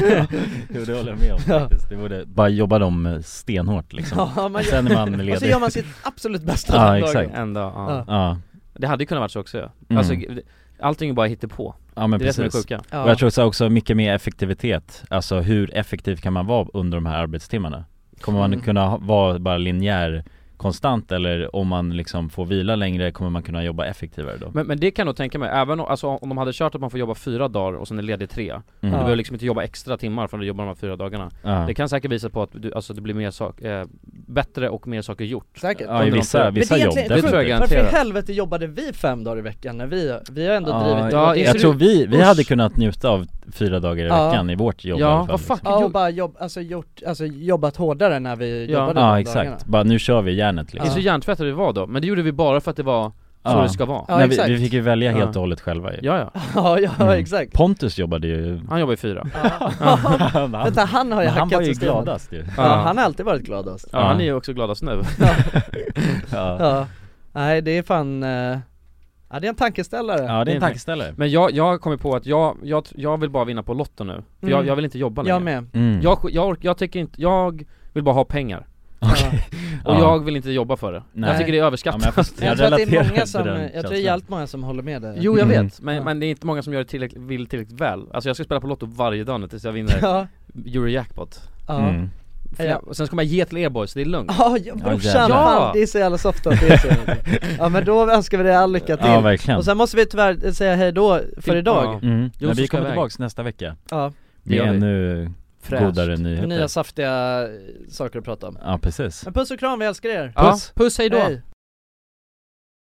Speaker 3: Jo det håller jag med om faktiskt, det borde bara jobba dem eh, stenhårt liksom
Speaker 2: Ja, man gör-
Speaker 3: Sen är man ledig
Speaker 2: och så gör man sitt absolut bästa
Speaker 3: Ja
Speaker 2: den dagen.
Speaker 3: exakt
Speaker 1: En dag, ja.
Speaker 3: ja.
Speaker 1: Det hade ju kunnat varit så också ja.
Speaker 3: Mm.
Speaker 1: Alltså, g- allting är bara hittepå
Speaker 3: Ja men
Speaker 1: Det är det som är
Speaker 3: precis.
Speaker 1: det sjuka
Speaker 3: Och jag tror också, också mycket mer effektivitet. Alltså hur effektiv kan man vara under de här arbetstimmarna? Kommer man
Speaker 1: Mm.
Speaker 3: kunna ha- vara bara linjär konstant eller om man liksom får vila längre kommer man kunna jobba effektivare då?
Speaker 1: Men, men det kan jag nog tänka mig, även om, alltså, om de hade kört att man får jobba fyra dagar och sen är ledig tre Du
Speaker 3: Ja.
Speaker 1: behöver liksom inte jobba extra timmar från att jobba de här fyra dagarna
Speaker 3: Mm. Ja.
Speaker 1: Det kan säkert visa på att du, alltså, det blir mer sak, eh, bättre och mer saker gjort
Speaker 2: Säkert.
Speaker 3: Ja, i
Speaker 1: Under de
Speaker 3: vissa-
Speaker 1: fyra-
Speaker 3: vissa Men det är jobb, egentligen-
Speaker 1: Det tror jag
Speaker 3: definitivt.
Speaker 2: Varför i
Speaker 1: garanterat
Speaker 2: helvete jobbade vi fem dagar i veckan när vi, vi har ändå
Speaker 3: Ja,
Speaker 2: drivit
Speaker 3: jag,
Speaker 2: det-
Speaker 3: jag tror vi, vi
Speaker 2: Usch.
Speaker 3: hade kunnat njuta av fyra dagar i
Speaker 2: Ja.
Speaker 3: veckan i vårt jobb i alla fall, liksom.
Speaker 2: Ja, och bara jobb, alltså, gjort, alltså, jobbat hårdare när vi jobbade
Speaker 3: Ja
Speaker 2: de dagarna.
Speaker 3: exakt, bara nu kör vi järnet
Speaker 1: Det är
Speaker 3: liksom
Speaker 1: så hjärntvättade vi var då, men det gjorde vi bara för att det var så
Speaker 3: Ja.
Speaker 1: det ska vara
Speaker 2: Ja,
Speaker 3: Nej,
Speaker 2: exakt.
Speaker 3: vi, vi fick ju välja helt
Speaker 1: Ja.
Speaker 3: och hållet själva ju
Speaker 1: Ja ja
Speaker 2: Ja, ja
Speaker 3: Mm.
Speaker 2: exakt
Speaker 3: Pontus jobbade ju
Speaker 1: Han jobbar ju fyra
Speaker 3: Han-
Speaker 2: Vänta, han har ju
Speaker 3: Men han
Speaker 2: hackat
Speaker 3: var ju
Speaker 2: systemet.
Speaker 3: gladast ju.
Speaker 2: Ja, han har alltid varit gladast
Speaker 1: Ja, han är ju också gladast nu
Speaker 2: Ja.
Speaker 3: Ja.
Speaker 2: ja. Nej det är fan, eh, ja det är en tankeställare
Speaker 1: Men jag, jag har kommit på att jag, jag, jag vill bara vinna på Lotto nu, för jag,
Speaker 2: Mm.
Speaker 1: jag vill inte jobba längre
Speaker 2: Jag med.
Speaker 3: Mm.
Speaker 1: jag, sk- jag, ork- jag tycker inte, jag vill bara ha pengar Och
Speaker 3: Ja.
Speaker 1: jag vill inte jobba för det,
Speaker 3: Nej.
Speaker 1: jag tycker det är
Speaker 3: Ja, men jag
Speaker 1: överskattat
Speaker 3: förstår. Jag
Speaker 2: Jag tror att det
Speaker 3: relaterar
Speaker 2: är
Speaker 3: till
Speaker 2: många som,
Speaker 3: den
Speaker 2: jag tror det är
Speaker 3: känslan.
Speaker 2: jävligt många som håller med dig
Speaker 1: Jo jag
Speaker 3: Mm.
Speaker 1: vet, men, men det är inte många som gör det tillräckligt, vill tillräckligt väl Alltså jag ska spela på Lotto varje dag nu tills jag vinner
Speaker 2: Ja.
Speaker 1: Eurojackpot
Speaker 2: Ja. Mm.
Speaker 1: För jag- Och sen ska man ge till er boys, det är lugnt
Speaker 2: Ja, ja brorsan,
Speaker 1: Ja.
Speaker 2: fan, det är så jävla soft att det är så Ja men då önskar vi dig all lycka till
Speaker 3: Ja, verkligen.
Speaker 2: Och sen måste vi tyvärr säga hej då för idag
Speaker 3: Mm. Men
Speaker 1: Jo, så
Speaker 3: vi
Speaker 1: ska
Speaker 3: kommer
Speaker 1: jag
Speaker 3: tillbaks nästa vecka
Speaker 2: Ja.
Speaker 1: Det
Speaker 3: Med
Speaker 1: gör vi.
Speaker 3: ännu
Speaker 1: Fräscht.
Speaker 3: godare nyheter
Speaker 2: Nya saftiga eh, saker att prata om
Speaker 3: Ja precis
Speaker 2: Men puss och kram, vi älskar er!
Speaker 1: Ja, puss, hej då!
Speaker 2: Hej.